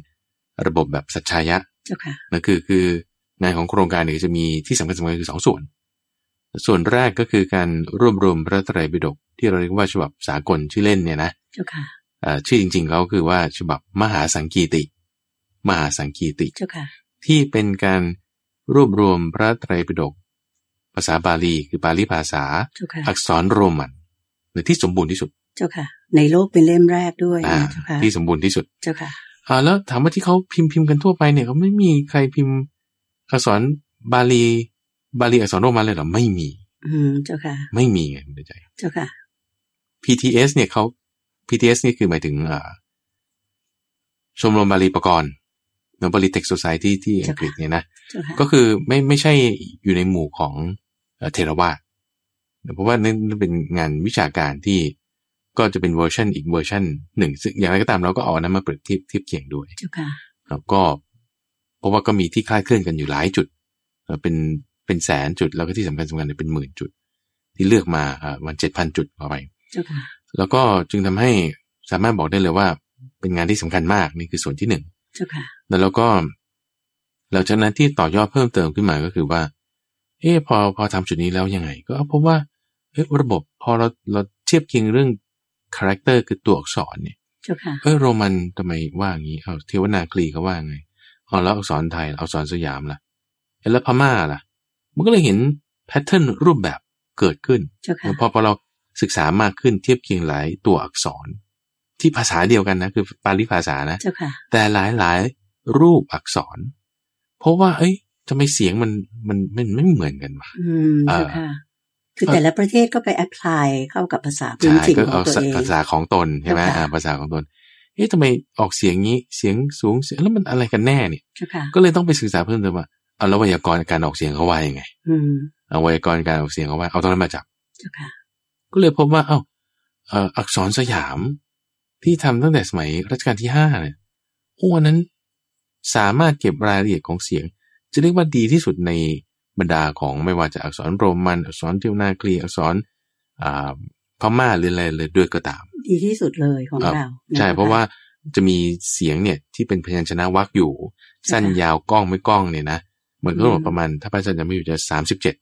ระบบแบบสัจชายะ เจ้าค่ะ นั่นคือคืองานของโครงการเนี่ยจะมีที่สำคัญสำคัญคือสองส่วน ส่วนแรกก็คือการรวบรวมพระไตรัยปิฎกที่เราเรียกว่าฉบับสากลชื่อเล่นเนี่ยนะ เจ้าค่ะ เอ่อชื่อจริงๆเขาคือว่าฉบับมหาสังคีติ มหาสังคีติ เจ้าค่ะ ที่เป็นการรวบรวมพระไตรปิฎกภาษาบาลี คือปาลีภาษา เจ้าค่ะ อักษรโรมันหรือที่สมบูรณ์ที่สุด เจ้าค่ะ ในโลกเป็นเล่มแรกด้วย อ่า นะเจ้าค่ะ ที่สมบูรณ์ที่สุด เจ้าค่ะ อ่าแล้วถามว่าที่เขาพิมพ์พิมพ์กันทั่วไปเนี่ยเขาไม่มีใครพิมพ์ อักษรบาลี บาลีอักษรโรมันเลยเหรอไม่มี อืมเจ้าค่ะ ไม่มีไงคุณใจ เจ้าค่ะ PTS เนี่ยเขา PTS นี่คือหมายถึงอ่าชมรมบาลีประกรณ์หรือบาลีเทคโซไซตี้ที่อังกฤษเนี่ยนะ เจ้าค่ะ ก็คือไม่ไม่ใช่อยู่ในหมู่ของเอ่อเทรวาสเพราะว่านั่นเป็นงานวิชาการที่ก็จะเป็นเวอร์ชันอีกเวอร์ชันหนึ่งซึ่งอย่างไรก็ตามเราก็เอาอันนั้นมาเปรียบเทียบเทียบเคียงด้วย เจ้าค่ะ แล้วก็เพราะว่าก็มีที่คลาดเคลื่อนกันอยู่หลายจุดเอ่อเป็นเป็นแสนจุดแล้วก็ที่สำคัญสำคัญเนี่ยเป็นหมื่นจุด ที่เลือกมาเอ่อวันเจ็ดพันจุดเข้าไป เจ้าค่ะ แล้วก็จึงทำให้สามารถบอกได้เลยว่า เป็นงานที่สำคัญมากนี่คือส่วนที่หนึ่ง เจ้าค่ะ แล้วเราก็หลังจากนั้นที่ต่อยอดเพิ่มเติมขึ้นมาก็คือว่า เออพอพอทำจุดนี้แล้วยังไง ก็พบว่าเอ้ยระบบพอเราเราเทียบเคียงเรื่องคาแรคเตอร์คือตัวอักษรเนี่ย เจ้าค่ะ เออโรมันทำไมว่าอย่างนี้เอาเทวนาคลีเขาว่าไงเอาแล้วอักษรไทยล่ะอักษรสยามล่ะเอ้ยแล้วพม่าล่ะ มันก็เลยเห็นแพทเทิร์นรูปแบบเกิดขึ้น เจ้าค่ะ พอพอเราศึกษามากขึ้นเทียบเคียงหลายตัวอักษร ที่ภาษาเดียวกันนะคือปาลิภาษานะ เจ้าค่ะ แต่หลายหลายๆรูปอักษร เพราะว่า เอ้ยทำไมเสียงมันมันมันไม่เหมือนกันวะ อืม อ่า เจ้าค่ะ คือแต่ละประเทศก็ไปแอพพลายเข้ากับภาษาพื้น ใช่ ถิ่น ก็ ขอ เอา งตัว สะ เอง ภาษาของตนใช่ไหม ค่ะ อ่าภาษาของตนเอ๊ะทำไมออกเสียงงี้เสียงสูงเสียงแล้วมันอะไรกันแน่เนี่ย เจ้าค่ะ ก็เลยต้องไปศึกษาเพิ่มเติมว่าเอาแล้วไวยากรณ์การออกเสียงเขาว่ายังไง อืม เอาไวยากรณ์การออกเสียงเขาว่าเอาตรงนั้นมาจับ เจ้าค่ะ ก็เลยพบว่า เอ้าเอ่ออักษรสยามที่ทำตั้งแต่สมัยรัชกาลที่ห้าเนี่ยโอ้อันนั้นสามารถเก็บรายละเอียดของเสียง จะเรียกว่าดีที่สุดในบรรดาของไม่ว่าจะอักษรโรมัน อักษรเทวนาคลีอักษรอ่าพม่าหรืออะไรเลยด้วยก็ตาม ดีที่สุดเลยของ ครับ เรา ใช่ นค เพราะว่าจะมีเสียงเนี่ยที่เป็นพยัญชนะวรรคอยู่ สั้นยาวกล้องไม่กล้องเนี่ยนะมันก็ประมาณถ้าพระอาจารย์จำไม่อยู่จะสามสิบเจ็ด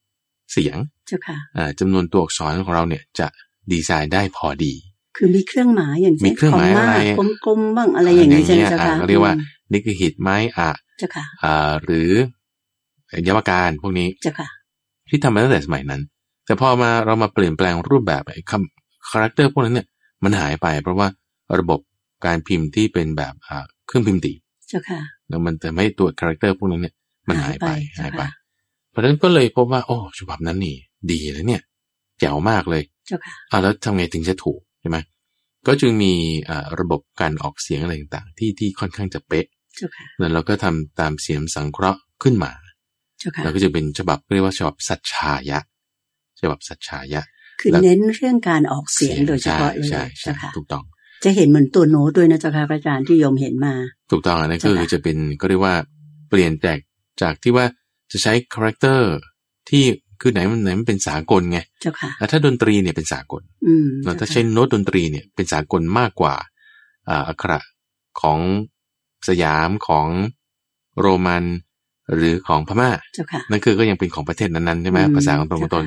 เสียง เจ้าค่ะ อ่าจำนวนตัวอักษรของเราเนี่ยจะดีไซน์ได้พอดี คือมีเครื่องหมายอย่างเช่ มี น เครื่องหมายอะไร กลมๆบ้างอะไรอย่างนี้ใช่ไหมเจ้า อ่า ค่ะ เขาเรียกว่า อืม นิกหิตไม้อะ เจ้าค่ะ อ่าหรือยาวการพวกนี้ เจ้าค่ะ ที่ทำมาตั้งแต่สมัยนั้น แต่พอมาเรามาเปลี่ยนแปลงรูปแบบไอ้คำคาแรคเตอร์พวกนั้นเนี่ยมันหายไปเพราะว่าระบบการพิมพ์ที่เป็นแบบอ่าเครื่องพิมพ์ตีบ เจ้าค่ะ แล้วมันจะไม่ตัวคาแรคเตอร์พวกนั้นเนี่ยมันหายไป หา หาย ย ไป ไป เพราะฉะนั้นก็เลยพบว่า โอ้ฉบับนั้นนี่ดีนะเนี่ยแจ๋วมากเลย เจ้าค่ะ อ่าแล้วทำไงถึงจะถูกใช่ไหมก็จึงมีอ่าระบบการออกเสียงอะไรต่างๆ ที่ที่ค่อนข้างจะเป๊ะ เจ้าค่ะ แล้วเราก็ทำตามเสียงสังเคราะห์ขึ้นมา เจ้าค่ะ แล้วก็จะเป็นฉบับเรียกว่าฉบับสัจฉายะ ฉบับสัจฉายะ คือเน้นเรื่องการออกเสียงโดยเฉพาะเลย ใช่ใช่ เจ้า ใช่ ค่ะ ถูกต้อง จะเห็นเหมือนตัวโน้ตด้วยนะเจ้าค่ะพระอาจารย์ที่โยมเห็นมา ถูกต้องอันนั้นก็ ใช่ค่ะ คือจะเป็นก็เรียกว่าเปลี่ยนแตกจากที่ว่าจะใช้คาแรคเตอร์ที่คือไหนมันไหนมันเป็นสากลไง เจ้าค่ะ อ่ะถ้าดนตรีเนี่ยเป็นสากล อืม เนอะ เจ้า ถ้า ค่ะ ใช้โน้ตดนตรีเนี่ยเป็นสากลมากกว่าอ่าอักขระของสยามของโรมันหรือของพม่า เจ้าค่ะ นั่นคือก็ยังเป็นของประเทศนั้นๆใช่ไหม ม ภาษาของตนของตน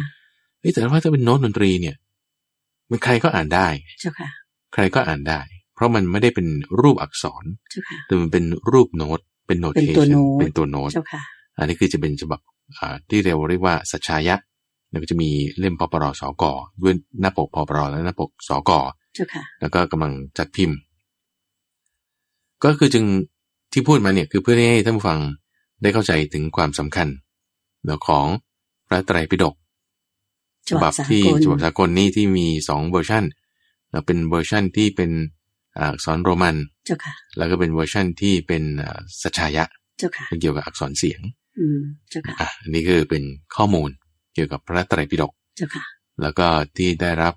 เฮ้ยแต่ว่าถ้าเป็นโน้ตดนตรีเนี่ย มันใครก็อ่านได้ เจ้าค่ะ ใครก็อ่านได้ เพราะมันไม่ได้เป็นรูปอักษร เจ้าค่ะ แต่มันเป็นรูปโน้ตเป็นโน เป็ เท นตัว ชั โน้ต เป็นตัวโน้ต เจ้าค่ะ อันนี้คือจะเป็นฉบับอ่าที่เราเรียกว่าสัจชายะแล้วก็จะมีเล่มพปรสกด้วยหน้าปกพปรและหน้าปกสก เจ้าค่ะ แล้วก็กำลังจัดพิมพ์ ก็คือจึงที่พูดมาเนี่ยคือเพื่อให้ท่านผู้ฟังได้เข้าใจถึงความสำคัญแล้วของพระไตรปิฎก ฉบับสากล ที่ฉบับสากลนี้ที่มีสองเวอร์ชันแล้วเป็นเวอร์ชันที่เป็นอาอักษรโรมัน เจ้าค่ะ แล้วก็เป็นเวอร์ชันที่เป็นอ่าสัจชายะ เจ้าค่ะ เกี่ยวกับอักษรเสียง อืม เจ้าค่ะ อ่ะอันนี้คือเป็นข้อมูลเกี่ยวกับพระไตรปิฎก เจ้าค่ะ แล้วก็ที่ได้รับ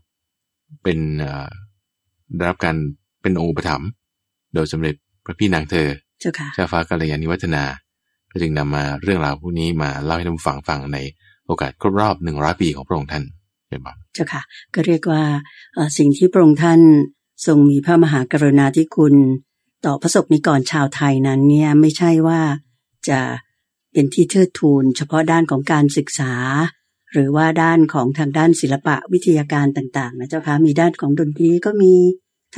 เป็นเอ่อได้รับการเป็นองค์อุปถัมภ์โดยสมเด็จพระพี่นางเธอ เจ้าค่ะ เจ้าฟ้ากัลยาณิวัฒนา ก็จึงนำมาเรื่องราวพวกนี้มาเล่าให้ท่านผู้ฟังฟังในโอกาสครบรอบหนึ่งร้อยปีของพระองค์ท่านเป็นแบบ เจ้าค่ะก็เรียกว่าเอ่อสิ่งที่พระองค์ท่านทรงมีพระมหากรุณาธิคุณ ต่อประสบนิกรชาวไทยนั้นเนี่ยไม่ใช่ว่าจะเป็นที่เทิดทูน เฉพาะด้านของการศึกษา หรือว่าด้านของทางด้านศิลปะวิทยาการต่างๆนะเจ้าค่ะมีด้านของดนตรีก็มี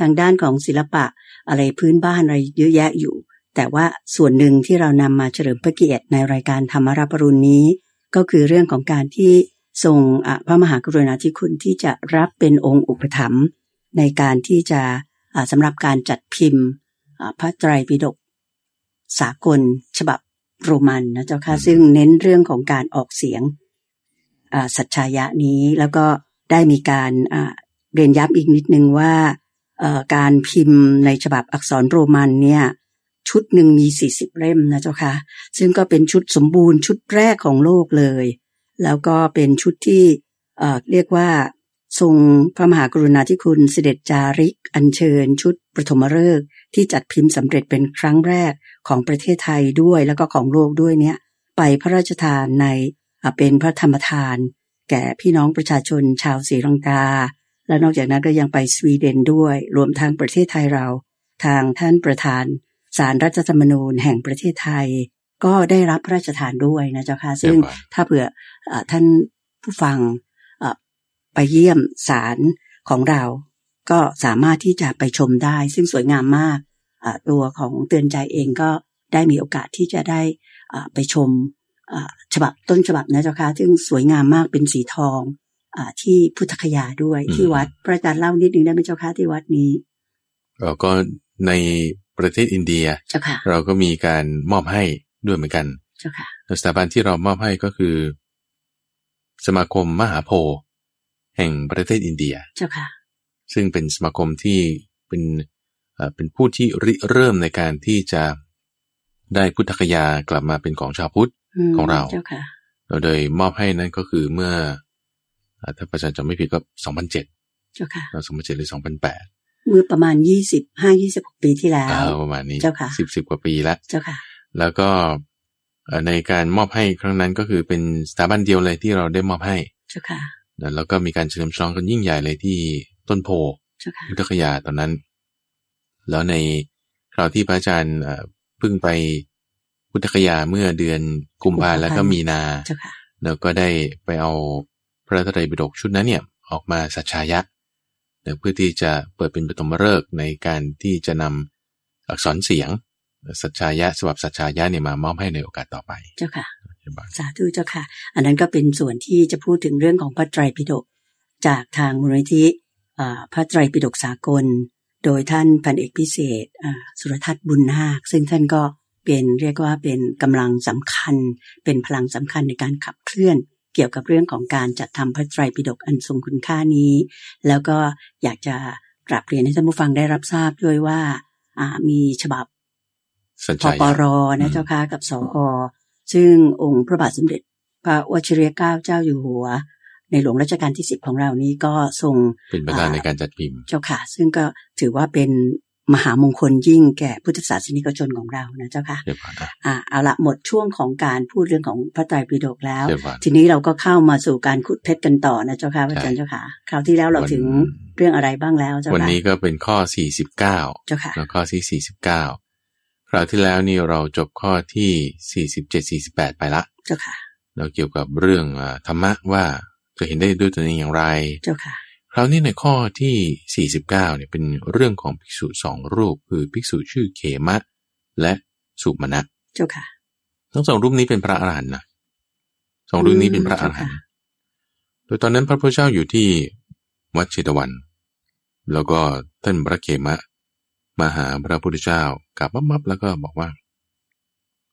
ทางด้านของศิลปะอะไรพื้นบ้านอะไรเยอะแยะอยู่ แต่ว่าส่วนหนึ่งที่เรานำมาเฉลิมพระเกียรติในรายการธรรมรับอรุณนี้ ก็คือเรื่องของการที่ทรงอ่ะพระมหากรุณาธิคุณที่จะรับเป็นองค์อุปถัมภ์ในการที่จะอ่ะสำหรับการจัดพิมพ์อ่ะพระไตรปิฎกสากลฉบับโรมันนะเจ้าค่ะซึ่งเน้นเรื่องของการออกเสียงอ่ะสัจชายะนี้แล้วก็ได้มีการอ่ะเรียนย้ำอีกนิดนึงว่าเอ่อการพิมพ์ในฉบับอักษรโรมันเนี่ย ชุดหนึ่งมีสี่สิบเล่มนะเจ้าค่ะ ซึ่งก็เป็นชุดสมบูรณ์ชุดแรกของโลกเลย แล้วก็เป็นชุดที่เอ่อเรียกว่า ทรงพระมหากรุณาธิคุณเสด็จจาริก อัญเชิญ ชุดปฐมฤกษ์ที่จัดพิมพ์สำเร็จเป็นครั้งแรกของประเทศไทยด้วยแล้วก็ของโลกด้วยเนี่ย ไปพระราชทานในอ่ะเป็นพระธรรมทาน แก่พี่น้องประชาชนชาวศรีลังกา และนอกจากนั้นก็ยังไปสวีเดนด้วย รวมทั้งประเทศไทยเรา ทางท่านประธานสารรัฐธรรมนูญแห่งประเทศไทย ก็ได้รับพระราชทานด้วยนะเจ้าค่ะ เรี ซึ่ ย ง บร้อย ถ้าเผื่อเออท่านผู้ฟังเอ่อไปเยี่ยมศาลของเรา ก็สามารถที่จะไปชมได้ ซึ่งสวยงามมากเอ่อตัวของเตือนใจเองก็ได้มีโอกาสที่จะได้เอ่อไปชมเอ่อฉบับต้นฉบับนะเจ้าค่ะซึ่งสวยงามมากเป็นสีทองเออที่พุทธคยาด้วยที่วัดพระอาจารย์เล่านิดนึงได้ไหมเจ้าค่ะที่วัดนี้ เราก็ในประเทศอินเดีย เจ้าค่ะ เราก็มีการมอบให้ด้วยเหมือนกัน เจ้าค่ะ สถาบันที่เรามอบให้ก็คือ สมาคมมหาโพธิ์แห่งประเทศอินเดีย เจ้าค่ะ ซึ่งเป็นสมาคมที่เป็นเอ่อเป็นผู้ที่ริเริ่มในการที่จะได้พุทธคยากลับมาเป็นของชาวพุทธ ม ของเรา เจ้าค่ะ เราโดยมอบให้นั่นก็คือเมื่อเอ่อถ้าประชาชนจำไม่ผิดก็ 2007 เจ้าค่ะ เรา2007หรือ2008 เมื่อประมาณยี่สิบห้ายี่สิบหกปีที่แล้ว อ่าประมาณนี้ เจ้าค่ะ สิบสิบกว่าปีแล้ว เจ้าค่ะ แล้วก็เอ่อในการมอบให้ครั้งนั้นก็คือเป็นสถาบันเดียวเลยที่เราได้มอบให้ เจ้าค่ะ นะแล้วก็มีการเฉลิมฉลองกันยิ่งใหญ่เลยที่ต้นโพ เจ้าค่ะ ยุทธคยาตอนนั้น แล้วในคราวที่พระอาจารย์เอ่อเพิ่งไปพุทธคยาเมื่อเดือนกุมภาแล้วก็มีนา เจ้าค่ะ แล้วก็ได้ไปเอาพระไตรปิฎกชุดนั้นเนี่ยออกมาสัจชายะเดี๋ยวเพื่อที่จะเปิดเป็นปฐมฤกษ์ในการที่จะนำอักษรเสียงสัจชายะฉบับสัจชายะเนี่ยมามอบให้ในโอกาสต่อไป เจ้าค่ะ ใช่ไหม สาธุเจ้าค่ะ อันนั้นก็เป็นส่วนที่จะพูดถึงเรื่องของพระไตรปิฎกจากทางมูลนิธิเอ่อพระไตรปิฎกสากล โดยท่านพันเอกพิเศษอ่าสุรทัศน์บุญนาค ซึ่งท่านก็เป็นเรียกว่าเป็นกำลังสำคัญ เป็นพลังสำคัญในการขับเคลื่อน เกี่ยวกับเรื่องของการจัดทำพระไตรปิฎกอันทรงคุณค่านี้ แล้วก็อยากจะกราบเรียนให้ท่านผู้ฟังได้รับทราบด้วยว่าอ่ามีฉบับ สัจ พ ชายะ ปรนะเจ้าค่ะกับสอกอซึ่งองค์พระบาทสมเด็จ พระวชิรเกล้าเจ้าอยู่หัว ในหลวงรัชกาลที่สิบของเรานี้ก็ทรง เป็นประธานในการจัดพิมพ์ เจ้าค่ะ ซึ่งก็ถือว่าเป็นมหามงคลยิ่งแก่พุทธศาสนิกชนของเรานะเจ้าค่ะ เรียบร้อยนะ อ่าเอาละหมดช่วงของการพูดเรื่องของพระไตรปิฎกแล้ว เรียบร้อย ทีนี้เราก็เข้ามาสู่การขุดเพชรกันต่อนะเจ้าค่ะพระอาจารย์ ใช่ เจ้าค่ะ คราวที่แล้วเราถึงเรื่องอะไรบ้างแล้วเจ้า วัน ค่ะ นี้ก็เป็นข้อ 49 เจ้าค่ะ แล้วข้อที่ 49 คราวที่แล้วนี่เราจบข้อที่ 47 48 ไปละ เจ้าค่ะ เราเกี่ยวกับเรื่องอ่าธรรมะว่าจะเห็นได้ด้วยตนเองอย่างไร เจ้าค่ะ คราวนี้ในข้อที่ 49เนี่ยเป็นเรื่องของภิกษุสองรูป คือภิกษุชื่อเขมะ และสุมาณะ เจ้าค่ะ ทั้งสองรูปนี้เป็นพระอรหันต์นะสองรูปนี้เป็นพระอรหันต์โดยตอนนั้นพระพุทธเจ้าอยู่ที่วัดเชตวัน แล้วก็ท่านพระเขมะมาหาพระพุทธเจ้ากลับมับๆแล้วก็บอกว่า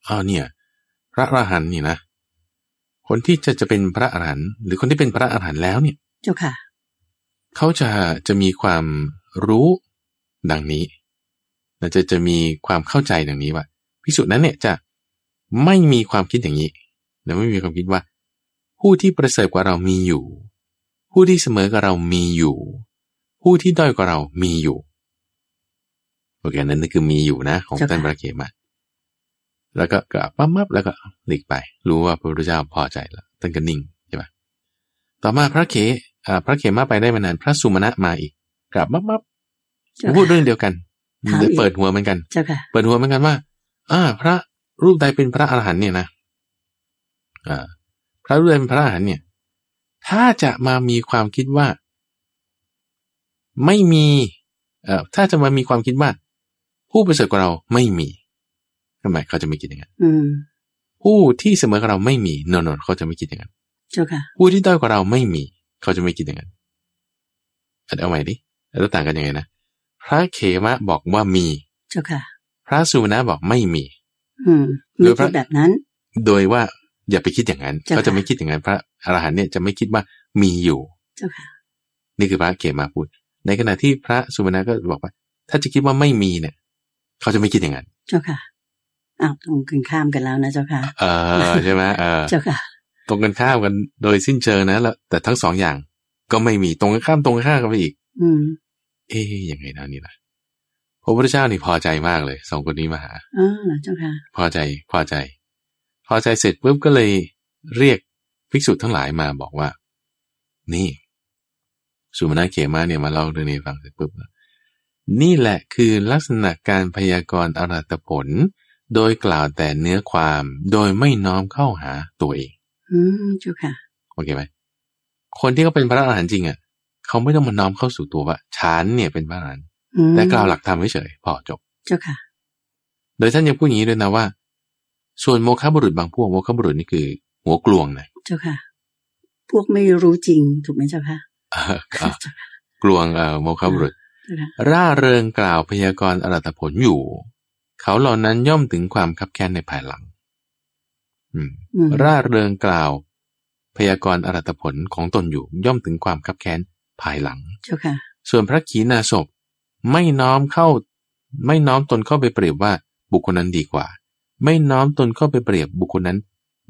อ้าวเนี่ย พระอรหันต์นี่นะ คนที่จะจะเป็นพระอรหันต์หรือคนที่เป็นพระอรหันต์แล้วเนี่ย เจ้าค่ะ เขาจะจะมีความรู้ดังนี้และจะจะมีความเข้าใจดังนี้ว่าพิสุนั้นเนี่ยจะไม่มีความคิดอย่างนี้และไม่มีความคิดว่า ผู้ที่ประเสริฐกว่าเรามีอยู่ ผู้ที่เสมอกว่าเรามีอยู่ ผู้ที่ด้อยกว่าเรามีอยู่โอเคอันนั้นคือมีอยู่นะ ของท่านพระเกมะแล้วก็ก็ปั๊บมับแล้วก็หลีกไป รู้ว่าพระพุทธเจ้าพอใจแล้วท่านก็นิ่งใช่ปะ ต่อมาพระเคอ่าพระเขมาไปได้มานานพระสุมาณะมาอีกกลับมับมับ เจ้าค่ะ พูดเรื่องเดียวกัน ถามอีก เปิดหัวเหมือนกัน เจ้าค่ะ เปิดหัวเหมือนกันว่า อ่า พระรูปใดเป็นพระอรหันต์เนี่ยนะอ่าพระรูปใดเป็นพระอรหันต์เนี่ย ถ้าจะมามีความคิดว่า ไม่มี เอ่อถ้าจะมามีความคิดว่า ผู้ประเสริฐกว่าเราไม่มีทำไมเขาจะไม่คิดอย่างนั้น อืม ผู้ที่เสมอกว่าเราไม่มีโนโนเขาจะไม่คิดอย่างนั้น เจ้าค่ะ ผู้ที่ด้อยกว่าเราไม่มี เขาจะไม่คิดอย่างนั้นอันเอาใหม่ดิแล้วต่างกันยังไงนะ พระเขมะบอกว่ามี เจ้าค่ะ พระสุนะบอกไม่มี อืม หรื ไม่ อพ ใช่ ระ แบบนั้น โดยว่าอย่าไปคิดอย่างนั้น เจ้าค่ะ เขาจะไม่คิดอย่างนั้น พระอรหันต์เนี่ยจะไม่คิดว่ามีอยู่ เจ้าค่ะ นี่คือพระเขมาพูด ในขณะที่พระสุวรรณะก็บอกว่า ถ้าจะคิดว่าไม่มีเนี่ย เขาจะไม่คิดอย่างนั้น เจ้าค่ะอ้าวตรงกันข้ามกันแล้วนะเจ้าค่ะ เอ <laughs> อใช่ไหมเออ เจ้าค่ะ ตรงกันข้ามกันโดยสิ้นเชิงนะแล้วแต่ทั้งสองอย่าง ก็ไม่มีตรงกันข้ามตรงกันข้ามกันไปอีก อืม เอ๊ยยังไงนะนี่นะพระพุทธเจ้านี่พอใจมากเลยสองคนนี้มาหา อ๋อเหรอเจ้าค่ะ พอใจพอใจ พอใจเสร็จปุ๊บก็เลยเรียกภิกษุทั้งหลายมาบอกว่า นี่ สุมาณะเขมาเนี่ยมาเล่าเรื่องนี้ให้ฟังเสร็จปุ๊บนี่แหละคือลักษณะการพยากรณ์อรัตผล โดยกล่าวแต่เนื้อความโดยไม่น้อมเข้าหาตัวเอง อืมเจ้าค่ะ โอเคไหมคนที่เขาเป็นพระอรหันต์จริงอ่ะเขาไม่ต้องมาน้อมเข้าสู่ตัวว่าฉันเนี่ยเป็นพระอรหันต์ อืม แต่กล่าวหลักธรรมเฉยๆพอจบ เจ้าค่ะ โดยท่านยังพูดอย่างนี้ด้วยนะว่า ส่วนโมฆะบุรุษบางพวกโมฆะบุรุษนี่คือ หัวกลวงนะ เจ้าค่ะ พวกไม่รู้จริงถูกไหมเจ้าค่ะ เอออ่ะกลวงเอ่อโมฆะบุรุษ เจ้าค่ะ ร่าเริงกล่าวพยากรณ์อรัตผลอยู่ เขาเหล่านั้นย่อมถึงความคับแค้นในภายหลัง อืม อืม ร่าเริงกล่าว พยากรณ์อรัตผลของตนอยู่ ย่อมถึงความคับแค้นภายหลัง เจ้าค่ะ ส่วนพระขีณาสพไม่น้อมเข้า ไม่น้อมตนเข้าไปเปรียบว่าบุคคลนั้นดีกว่า ไม่น้อมตนเข้าไปเปรียบบุคคลนั้น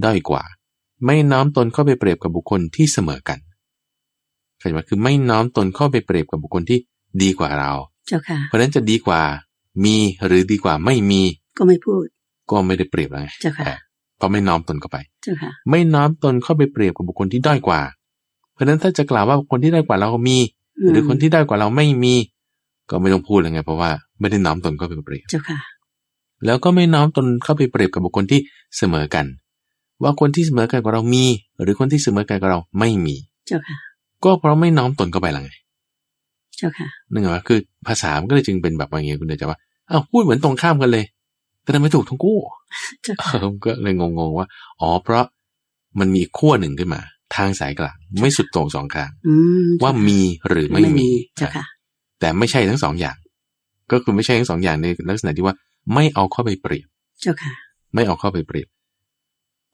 ด้อยกว่า ไม่น้อมตนเข้าไปเปรียบกับบุคคลที่เสมอกันเข้าใจไหมคือไม่น้อมตนเข้าไปเปรียบกับบุคคลที่ดีกว่าเรา เจ้าค่ะ เพราะฉะนั้นจะดีกว่ามีหรือดีกว่าไม่มี ก็ไม่พูด ก็ไม่ได้เปรียบแล้วไง เจ้าค่ะ เพราะไม่น้อมตนเข้าไป เจ้าค่ะ ไม่น้อมตนเข้าไปเปรียบกับบุคคลที่ด้อยกว่า เพราะฉะนั้นถ้าจะกล่าวว่าคนที่ด้อยกว่าเรามี ม หรือคนที่ด้อยกว่าเราไม่มี ก็ไม่ต้องพูดแล้วไงเพราะว่าไม่ได้น้อมตนเข้าไปเปรียบ เจ้าค่ะ แล้วก็ไม่น้อมตนเข้าไปเปรียบกับบุคคลที่เสมอกัน ว่าคนที่เสมอกันกว่าเรามี หรือคนที่เสมอกันกว่าเราไม่มี เจ้าค่ะ ก็เพราะไม่น้อมตนเข้าไปละไง เจ้าค่ะ นึกออกไหมคือภาษามันก็เลยจึงเป็นแบบว่าอย่างเงี้ยคุณเดชจะว่าอ้าวพูดเหมือนตรงข้ามกันเลย แต่ทำไมถูกทั้งคู่ <laughs> เจ้า เอ ค่ะ อผมก็เลยงงๆว่า อ๋อ เพราะมันมีอีกขั้วหนึ่งขึ้นมา ทางสายกลาง ไม่สุดโต่งสองข้าง อืม ว่ามีหรือไม่มี เจ้าค่ะ แต่ไม่ใช่ทั้งสองอย่าง ก็คือไม่ใช่ทั้งสองอย่างในลักษณะที่ว่าไม่เอาเข้าไปเปรียบ เจ้าค่ะ ไม่เอาเข้าไปเปรียบ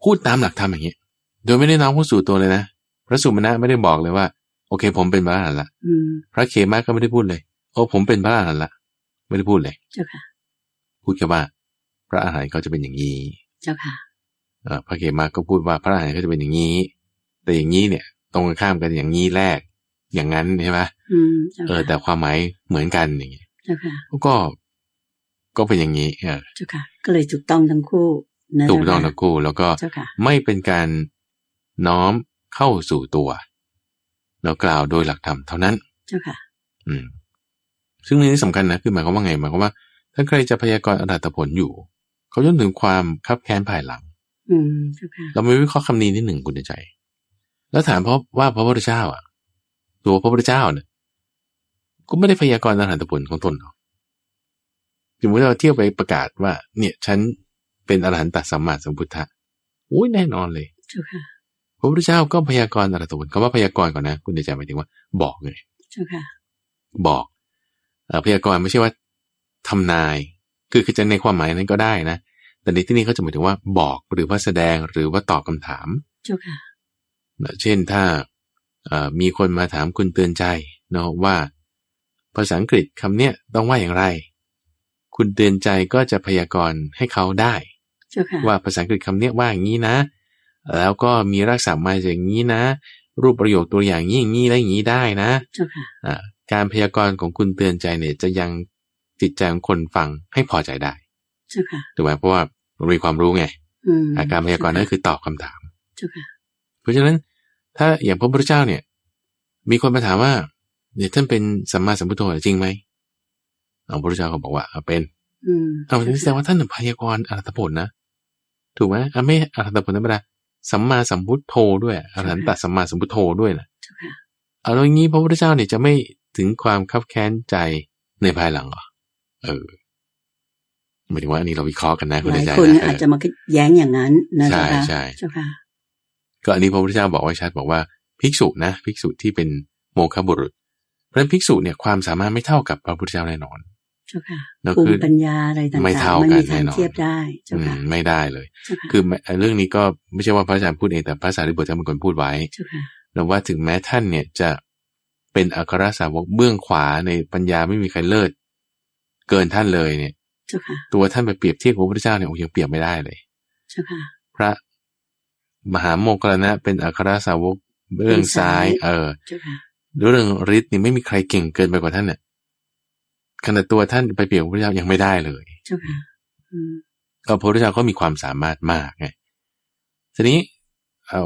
พูดตามหลักธรรมอย่างเงี้ยโดยไม่ได้น้อมเข้าสู่ตัวเลยนะพระสุมาณะไม่ได้บอกเลยว่า โอเค ผมเป็นพระอรหันต์ละ อืม พระเคมาก็ไม่ได้พูดเลยโอ้ผมเป็นพระอรหันต์ละไม่ได้พูดเลย เจ้าค่ะ พูดแค่ว่า พระอรหันต์เขาจะเป็นอย่างนี้ เจ้าค่ะ เอ่อพระเขมาก็พูดว่าพระอรหันต์ก็จะเป็นอย่างนี้ แต่อย่างนี้เนี่ย ตรงกันข้ามกันอย่างนี้แรก อย่างนั้นใช่ไหม อืมเจ้า เออ แต่ ค่ะ ความหมายเหมือนกันอย่างเงี้ย เจ้าค่ะ ก็ ก็เป็นอย่างนี้เออ เจ้าค่ะ ก็เลยถูกต้องทั้งคู่นะ ถูกต้อง เจ้า ทั้งคู่แล้วก็ ค่ะเจ้าค่ะ ไม่เป็นการน้อมเข้าสู่ตัวเรากล่าวโดยหลักธรรมเท่านั้น เจ้าค่ะ อืม ซึ่งในนี้สำคัญนะคือหมายความว่าไงหมายความว่า ถ้าใครจะพยากรณ์อนาตผลอยู่ เขาย่นถึงความคับแค้นภายหลัง อืมเจ้าค่ะ เรามาวิเคราะห์คำนี้นิดหนึ่งคุณใจ แล้วถามเพราะว่าพระพุทธเจ้าอ่ะ ตัวพระพุทธเจ้าเนี่ยก็ไม่ได้พยากรณ์อรหันตผลของตนหรอกสมมติเราเที่ยวไปประกาศว่า เนี่ย ฉันเป็นอรหันตสัมมาสัมพุทธะโอ้ยแน่นอนเลย เจ้าค่ะ พระพุทธเจ้าก็พยากรณ์อรหันตผลคำว่าพยากรณ์ก่อนนะ คุณใจหมายถึงว่า บอกไง เจ้าค่ะ บอกเอ่อพยากรณ์ไม่ใช่ว่าทำนาย คือคือจะในความหมายนั้นก็ได้นะ แต่ในที่นี้เขาจะหมายถึงว่าบอกหรือว่าแสดงหรือว่าตอบคำถาม เจ้าค่ะ นะเช่นถ้าเอ่อมีคนมาถามคุณเตือนใจเนาะว่า ภาษาอังกฤษคำเนี้ยต้องว่าอย่างไร คุณเตือนใจก็จะพยากรณ์ให้เขาได้ เจ้าค่ะ ว่าภาษาอังกฤษคำเนี้ยว่าอย่างนี้นะ แล้วก็มีรากศัพท์มาอย่างนี้นะ รูปประโยคตัวอย่างนี้อย่างนี้และอย่างนี้ได้นะ เจ้าค่ะ อ่าการพยากรณ์ของคุณเตือนใจเนี่ยจะยังจิตใจของคนฟังให้พอใจได้ เจ้าค่ะ ถูกไหมเพราะว่ามันมีความรู้ไง อืม อ่าการพยากรณ์นั่นคือตอบคำถาม เจ้าค่ะ เพราะฉะนั้นถ้าอย่างพระพุทธเจ้าเนี่ย มีคนมาถามว่าเนี่ยท่านเป็นสัมมาสัมพุทโธเหรอจริงไหมเอาพระพุทธเจ้าก็บอกว่าอ่ะเป็น อืม เอาแสดงว่าท่านพยากรณ์อรหัตผลนะถูกไหมอ่ะไม่อรหัตผลธรรมดาสัมมาสัมพุทโธด้วยอรหันตสัมมาสัมพุทโธด้วยนะ เจ้าค่ะ เอาแล้วอย่างนี้พระพุทธเจ้าเนี่ยจะไม่ถึงความคับแค้นใจในภายหลังเหรอเออหมายถึงว่าอันนี้เราวิเคราะห์กันนะคุณ หลาย ใจ คน นะเอ อาจ อ จะมาแย้งอย่างนั้นนะเจ้าค่ะ ใช่ใช่ เจ้าค่ะ ก็อันนี้พระพุทธเจ้าบอกไว้ชัดบอกว่าภิกษุนะภิกษุที่เป็นโมฆะบุรุษ เพราะฉะนั้นภิกษุเนี่ยความสามารถไม่เท่ากับพระพุทธเจ้าแน่นอน เจ้าค่ะ แล้ว ภู คือ มิปัญญาอะไรต่างๆ ไม่เท่ากัน มีทาง แน่นอน เทียบได้เจ้า อืม ค่ะ ไม่ได้เลย เจ้าค่ะ คือเรื่องนี้ก็ไม่ใช่ว่าพระอาจารย์พูดเองแต่พระสารีบุตรท่านเป็นคนพูดไว้ เจ้าค่ะ แล้วว่าถึงแม้ท่านเนี่ยจะเป็นอัครสาวกเบื้องขวาในปัญญาไม่มีใครเลิศเกินท่านเลยเนี่ย เจ้าค่ะ ตัวท่านไปเปรียบเทียบกับพระพุทธเจ้าเนี่ยโอ้ยยังเปรียบไม่ได้เลย เจ้าค่ะ พระมหาโมกขลานะเป็นอัครสาวกเบื้องซ้าย เออ เจ้าค่ะ เรื่องฤทธิ์นี่ไม่มีใครเก่งเกินไปกว่าท่านเนี่ยขนาดตัวท่านไปเปรียบกับพระเจ้ายังไม่ได้เลย เจ้าค่ะอืม ก็พระพุทธเจ้าก็มีความสามารถมากไงทีนี้เอา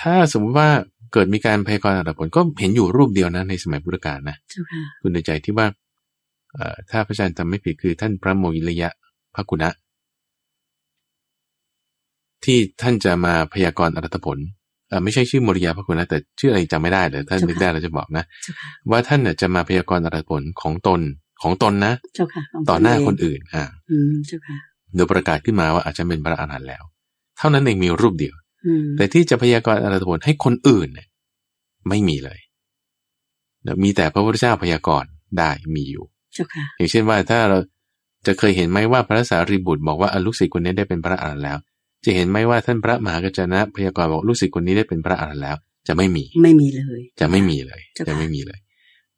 ถ้าสมมติว่า เกิดมีการพยากรณ์อัตผลก็เห็นอยู่รูปเดียวนะในสมัยพุทธกาลนะ เจ้าค่ะ คุณในใจที่ว่าเอ่อถ้าพระอาจารย์จำไม่ผิดคือท่านพระโมยิลยะพระกุณะ ที่ท่านจะมาพยากรณ์อรัตผลเอ่อไม่ใช่ชื่อโมริยะพระกุณะแต่ชื่ออะไรจำไม่ได้เดี๋ยวท่าน เจ้าค่ะ นึกได้เราจะบอกนะ เจ้าค่ะ ว่าท่านน่ะจะมาพยากรณ์อรัตผลของตนของตนนะ เจ้าค่ะขง ต่อหน้า เง คนอื่นอ่า อืมเจ้าค่ะ โดยประกาศขึ้นมาว่าอาจจะเป็นพระอรหันต์แล้ว เท่านั้นเองมีรูปเดียว อืม แต่ที่จะพยากรณ์อรัตผลให้คนอื่นเนี่ยไม่มีเลยนะมีแต่พระพุทธเจ้าพยากรณ์ได้มีอยู่ เจ้าค่ะ อย่างเช่นว่าถ้าเราจะเคยเห็นไหมว่าพระสารีบุตรบอกว่าอ่ะลูกศิษย์คนนี้ได้เป็นพระอรหันต์แล้ว จะเห็นไหมว่าท่านพระมหากัจจานะพยากรณ์บอกลูกศิษย์คนนี้ได้เป็นพระอรหันต์แล้ว จะไม่มี ไม่มีเลย จะไม่มีเลย เจ้าค่ะ จะไม่มีเลย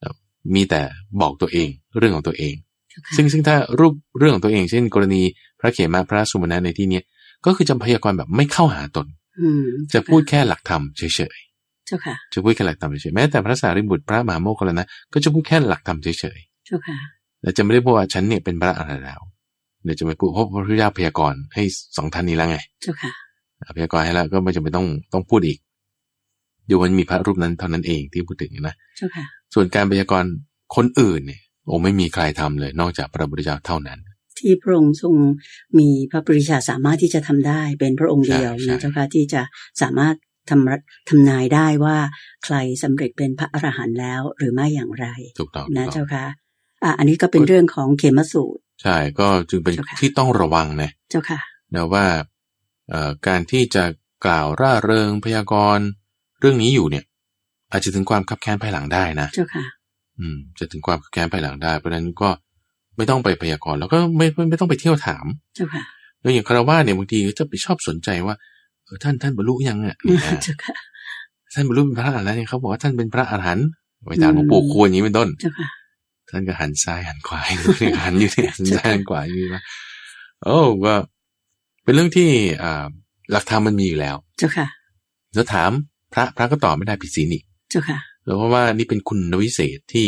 แล้วมีแต่บอกตัวเองเรื่องของตัวเอง เจ้าค่ะ ซึ่งซึ่งถ้ารูปเรื่องของตัวเอง เช่น กรณีพระเขมาพระสุมนะในที่เนี้ยก็คือจะพยากรณ์แบบไม่เข้าหาตน อืม จะ เาค่ พูดแค่หลักธรรมเฉย เจ้าค่ะ ๆจะพูดแค่หลักธรรมเฉยๆแม้แต่พระสารีบุตรพระมหาโมคคลลานะก็จะพูดแค่หลักธรรมเฉยๆ เจ้าค่ะ และจะไม่ได้พูดว่าฉันเนี่ยเป็นพระอรหันต์แล้วเดี๋ยวจะไม่พูดเพราะพระพุทธเจ้าพยากรณ์ให้สองท่านนี้แล้วไง เจ้าค่ะ พยากรณ์ให้แล้วก็ไม่จำเป็นต้องต้องพูดอีกอยู่วันมีพระรูปนั้นเท่านั้นเองที่พูดถึงนะ เจ้าค่ะ ส่วนการพยากรณ์คนอื่นเนี่ยโอ้ไม่มีใครทำเลย นอกจากพระพุทธเจ้าเท่านั้น ที่พระองค์ทรงมีพระปริชาสามารถที่จะทำได้เป็นพระองค์เดียว ใช่ใช่ นะเจ้าค่ะที่จะสามารถทำรัทำนายได้ว่าใครสำเร็จเป็นพระอรหันต์แล้วหรือไม่อย่างไร ถูกต้อง นะ ถูกต้อง เจ้าค่ะอ่ะอันนี้ก็เป็นเรื่องของเขมสูตร ใช่ก็จึงเป็น เจ้าค่ะ ที่ต้องระวังนะ เจ้าค่ะ นะว่าเอ่อการที่จะกล่าวร่าเริงพยากรณ์เรื่องนี้อยู่เนี่ย อาจจะถึงความคับแค้นภายหลังได้นะ เจ้าค่ะ อืมจะถึงความแค้นภายหลังได้ เพราะฉะนั้นก็ไม่ต้องไปพยากรณ์แล้วก็ไม่ไม่ไม่ต้องไปเที่ยวถาม เจ้าค่ะ แล้วอย่างคารวะเนี่ยบางทีก็จะไปชอบสนใจว่าเออท่านท่านบรรลุยัง <laughs> อ่ะเนี่ยนะ เจ้าค่ะ ท่านบรรลุเป็นพระอรหันต์แล้วเนี่ยเขาบอกว่าท่านเป็นพระอรหันต์ไปถามหลวงปู่ควรอย่างนี้เป็นต้น เจ้าค่ะ ท่านก็หันซ้ายหันขวา หันอยู่ <laughs> เนี่ยหันซ้ายหันขวาอยู่นี่ว่าโอ้ก็เป็นเรื่องที่อ่าหลักธรรมมันมีอยู่แล้ว เจ้าค่ะ แล้วถามพระพระก็ตอบไม่ได้ผิดศีลอีก เจ้าค่ะ แล้วเพราะว่านี่เป็นคุณวิเศษที่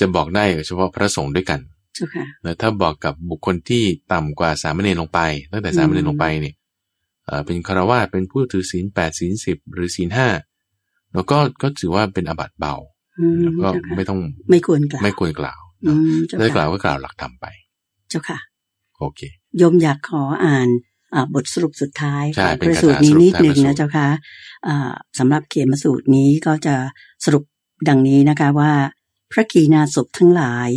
จะบอกได้เฉพาะพระสงฆ์ด้วยกัน เจ้าค่ะ แล้วถ้าบอกกับบุคคลที่ต่ำกว่าสามเณรลงไป ตั้งแต่ อืม สามเณรลงไปเนี่ยเอ่อเป็นคารวาสถ์เป็นผู้ถือศีลแปดศีลสิบหรือศีลห้าแล้วก็ก็ถือว่าเป็นอาบัติเบา อืม แล้วก็ เจ้าค่ะ ไม่ต้อง ไม่ควรกล่าว ไม่ควรกล่าว อืมเจ้า ได้กล่า ค่ะ วก็กล่าวหลักธรรมไป เจ้าค่ะ โอเค โยมอยากขออ่านอ่าบทสรุปสุดท้าย ใช่ ของ เป็น พระสูตรนี้ คาถานิดหสรุปนึ่ง ท้ายพระสูตร นะเจ้าค่ะอ่าสำหรับเขมสูตรนี้ก็จะสรุปดังนี้นะคะว่า พระกีนาศพทั้งหลาย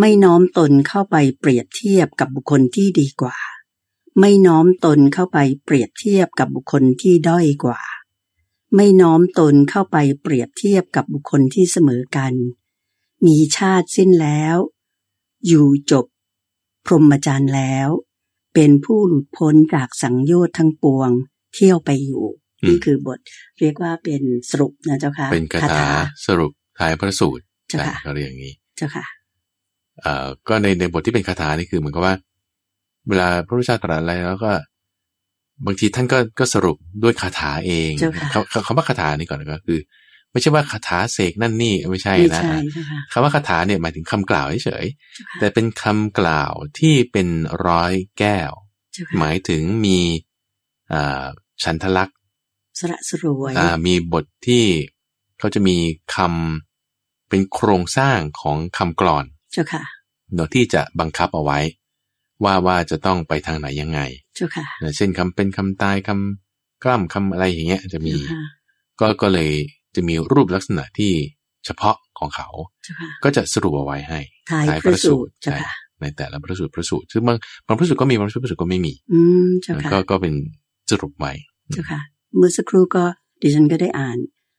ไม่น้อมตนเข้าไปเปรียบเทียบกับบุคคลที่ดีกว่า ไม่น้อมตนเข้าไปเปรียบเทียบกับบุคคลที่ด้อยกว่า ไม่น้อมตนเข้าไปเปรียบเทียบกับบุคคลที่เสมอกัน มีชาติสิ้นแล้ว อยู่จบ พรหมจรรย์แล้ว เป็นผู้หลุดพ้นจากสังโยชน์ทั้งปวง เที่ยวไปอยู่ อืม นี่คือบทเรียกว่าเป็นสรุปนะเจ้าค่ะ เป็นคาถาสรุปท้ายพระสูตร เจ้า ใช่ ค่ะ ก็เรียกอย่างนี้ เจ้าค่ะ เอ่อก็ในในบทที่เป็นคาถานี่คือเหมือนกับว่า เวลาพระพุทธเจ้าตรัสอะไรแล้วก็ บางทีท่านก็ก็สรุปด้วยคาถาเอง เจ้าค่ะ คำคำว่าคาถานี่ก่อนก็คือ ไม่ใช่ว่าคาถาเสกนั่นนี่ไม่ใช่ ไม่ นะ ใช่เจ้าค่ะ คำว่าคาถาเนี่ยหมายถึงคำกล่าวเฉย เจ้า ๆ ค่ะ แต่เป็นคำกล่าวที่เป็นร้อยแก้ว เจ้า ห ค่ะ มายถึงมีอ่าฉันทลักษณ์ สระสรวย อ่ามีบทที่เขาจะมีคำเป็นโครงสร้างของคำกลอน เจ้าค่ะ เนาะที่จะบังคับเอาไว้ ว่าว่าจะต้องไปทางไหนยังไง เจ้าค่ะ นะเช่นคำเป็นคำตายคำกล้ำคำอะไรอย่างเงี้ยจะมี เจ้าค่ะ ก็ก็เลยจะมีรูปลักษณะที่เฉพาะของเขา เจ้าค่ะ ก็จะสรุปเอาไว้ให้ ท้ายพระสูตรเจ้า ใช่ ค่ะ ในแต่ละพระสูตรพระสูตรซึ่งบางบางพระสูตรก็มีบางพระสูตรพระสูตรก็ไม่มี อืมเจ้าค่ะ ก็ก็เป็นสรุปไว้ เจ้าค่ะ เมื่อสักครู่ก็ดิฉันก็ได้อ่าน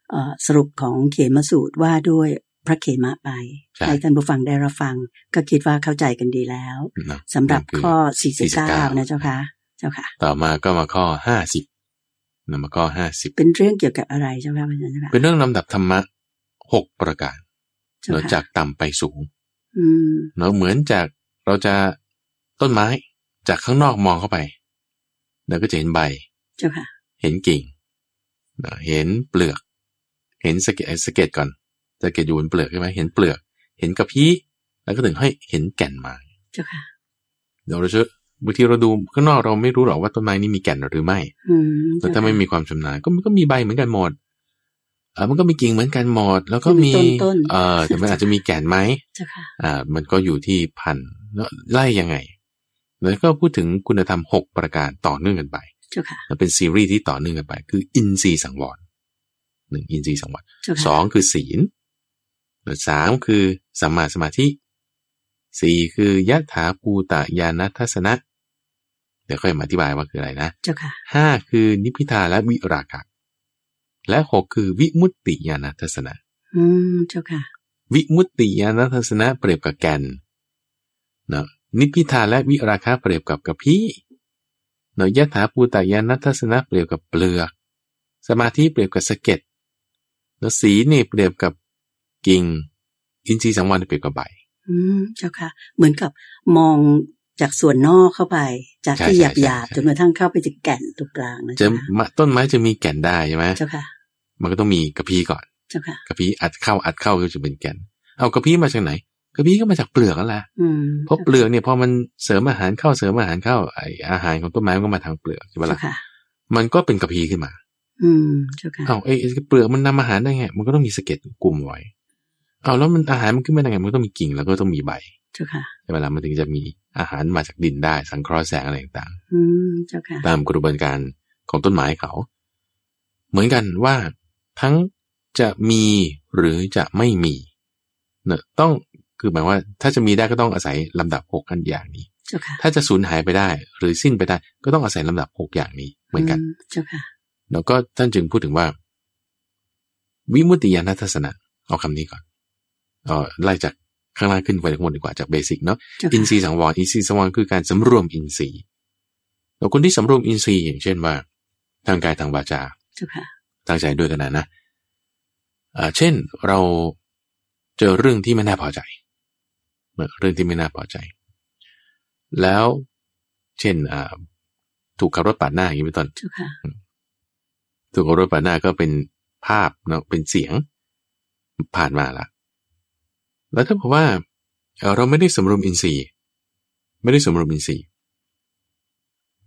เอ่อสรุปของเขมสูตรว่าด้วยพระเขมะไป ใช่ ให้ท่านผู้ฟังได้รับฟัง ก็คิดว่าเข้าใจกันดีแล้ว เนาะ สำหรับ นั่นคือ ข้อ 49 49 นะเจ้าค่ะ เจ้าค่ะ ต่อมาก็มาข้อห้าสิบนะมาข้อห้าสิบ เป็นเรื่องเกี่ยวกับอะไรเจ้าค่ะพระอาจารย์เจ้าค่ะ เป็นเรื่องลำดับธรรมะหกประการ เจ้า เนาะ ค่ะ จากต่ำไปสูง อืม เนาะเหมือนจากเราจะต้นไม้จากข้างนอกมองเข้าไปเราก็จะเห็นใบ เจ้าค่ะ เห็นกิ่งเนาะเห็นเปลือก เห็นสะเก็ดไอ้สะเก็ดก่อนสะเก็ดอยู่บนเปลือกใช่ไหมเห็นเปลือก เห็นกระพี้แล้วก็ถึงให้เห็นแก่นไม้ เจ้าค่ะ เดี๋ยวเราจะบางทีเราดูข้างนอกเราไม่รู้หรอกว่าต้นไม้นี้มีแก่นหรือไม่ อืม แต่ถ้า เจ้าค่ะ ไม่มีความชำนาญก็มันก็มีใบเหมือนกันหมด เออมันก็มีกิ่งเหมือนกันหมดแล้วก็มี มีต้นๆ เออแต่มันอาจจะมีแก่นไหม เจ้าค่ะ อ่ามันก็อยู่ที่พันธุ์แล้วไล่ยังไง แล้วก็พูดถึงคุณธรรม 6 ประการต่อเนื่องกันไป เจ้าค่ะ แล้วเป็นซีรีส์ที่ต่อเนื่องกันไป คืออินทรีย์สังวรหนึ่งอินทรีย์สังวร เจ้า ส ค่ะ องคือศีลแล้วสามคือสัมมาสมาธิสี่คือยะถาภูตะยานัทัสนะ เดี๋ยวค่อยมาอธิบายว่าคืออะไรนะ เจ้าค่ะ ห้าคือนิพพิทาและวิรากะและหกคือวิมุตติญาณทัศนะ อืมเจ้าค่ะ วิมุตติญาณทัศนะเปรียบกับแก่นนะนิพพิทาและวิราคะเปรียบกับกระพี้เนยถาปูตายานัทัศนะเปรียบกับเปลือก สมาธิเปรียบกับสะเก็ดเนอะสีนี่เปรียบกับกิ่ง อินทรีย์สังวรเปรียบกับใบ อืมเจ้าค่ะ เหมือนกับมองจากส่วนนอกเข้าไป จาก ใช่ ที่หยาบ ใช่ หยาบ ใช่ จนกระทั่งเข้าไปถึงแก่นตรงกลางนะ จะ เจ้าค่ะ มะต้นไม้จะมีแก่นได้ใช่ไหม เจ้าค่ะ มันก็ต้องมีกระพี้ก่อน เจ้าค่ะ กระพี้อัดเข้าอัดเข้าก็จะเป็นแก่น เอากระพี้มาจากไหน กระพี้ก็มาจากเปลือกนั่นแหละ อืม เพราะเปลือกเนี่ยพอมันเสริมอาหารเข้าเสริมอาหารเข้าไออาหารของต้นไม้มันก็มาทางเปลือกใช่ปะ เจ้า ล่ะ ค่ะ มันก็เป็นกระพีขึ้นมา อืมเจ้าค่ะ เอาไอไอ้เปลือกมันนำอาหารได้ไง มันก็ต้องมีสะเก็ดกลุ่มไว้เอาแล้วมันอาหารมันขึ้นมาได้ไงมันก็ต้องมีกิ่งแล้วก็ต้องมีใบ เจ้าค่ะ ใช่ปะล่ะมันถึงจะมีอาหารมาจากดินได้ สังเคราะห์แสงอะไรต่าง อืมเจ้าค่ะ ๆตามกระบวนการของต้นไม้เขา เหมือนกันว่าทั้งจะมีหรือจะไม่มีเนี่ยต้องคือหมายว่าถ้าจะมีได้ก็ต้องอาศัยลำดับหกอันอย่างนี้ เจ้าค่ะ ถ้าจะสูญหายไปได้ หรือสิ้นไปได้ ก็ต้องอาศัยลำดับหกอย่างนี้เหมือนกัน เจ้าค่ะ แล้วก็ท่านจึงพูดถึงว่า วิมุตติญาณทัศนะเอาคำนี้ก่อนเออไล่จากข้างล่างขึ้นไปข้างบนดีกว่าจากเบสิกเนาะ เจ้า อิน ค่ะ ทรีย์สังวรอินทรีย์สังวรคือการสำรวมอินทรีย์แล้วคนที่สำรวมอินทรีย์อย่างเช่นว่า ทางกายทางวาจา เจ้าค่ะ ตั้งใจด้วยกันนะนะอ่าเช่นเราเจอเรื่องที่ไม่น่าพอใจนะเรื่องที่ไม่น่าพอใจ แล้วเช่นอ่าถูกขับรถปาดหน้าอย่างนี้เป็นต้น เจ้าค่ะ ถูกขับรถปาดหน้าก็เป็นภาพเนาะเป็นเสียงผ่านมาละ แล้วถ้าบอกว่าเอ่อเราไม่ได้สำรวมอินทรีย์ ไม่ได้สำรวมอินทรีย์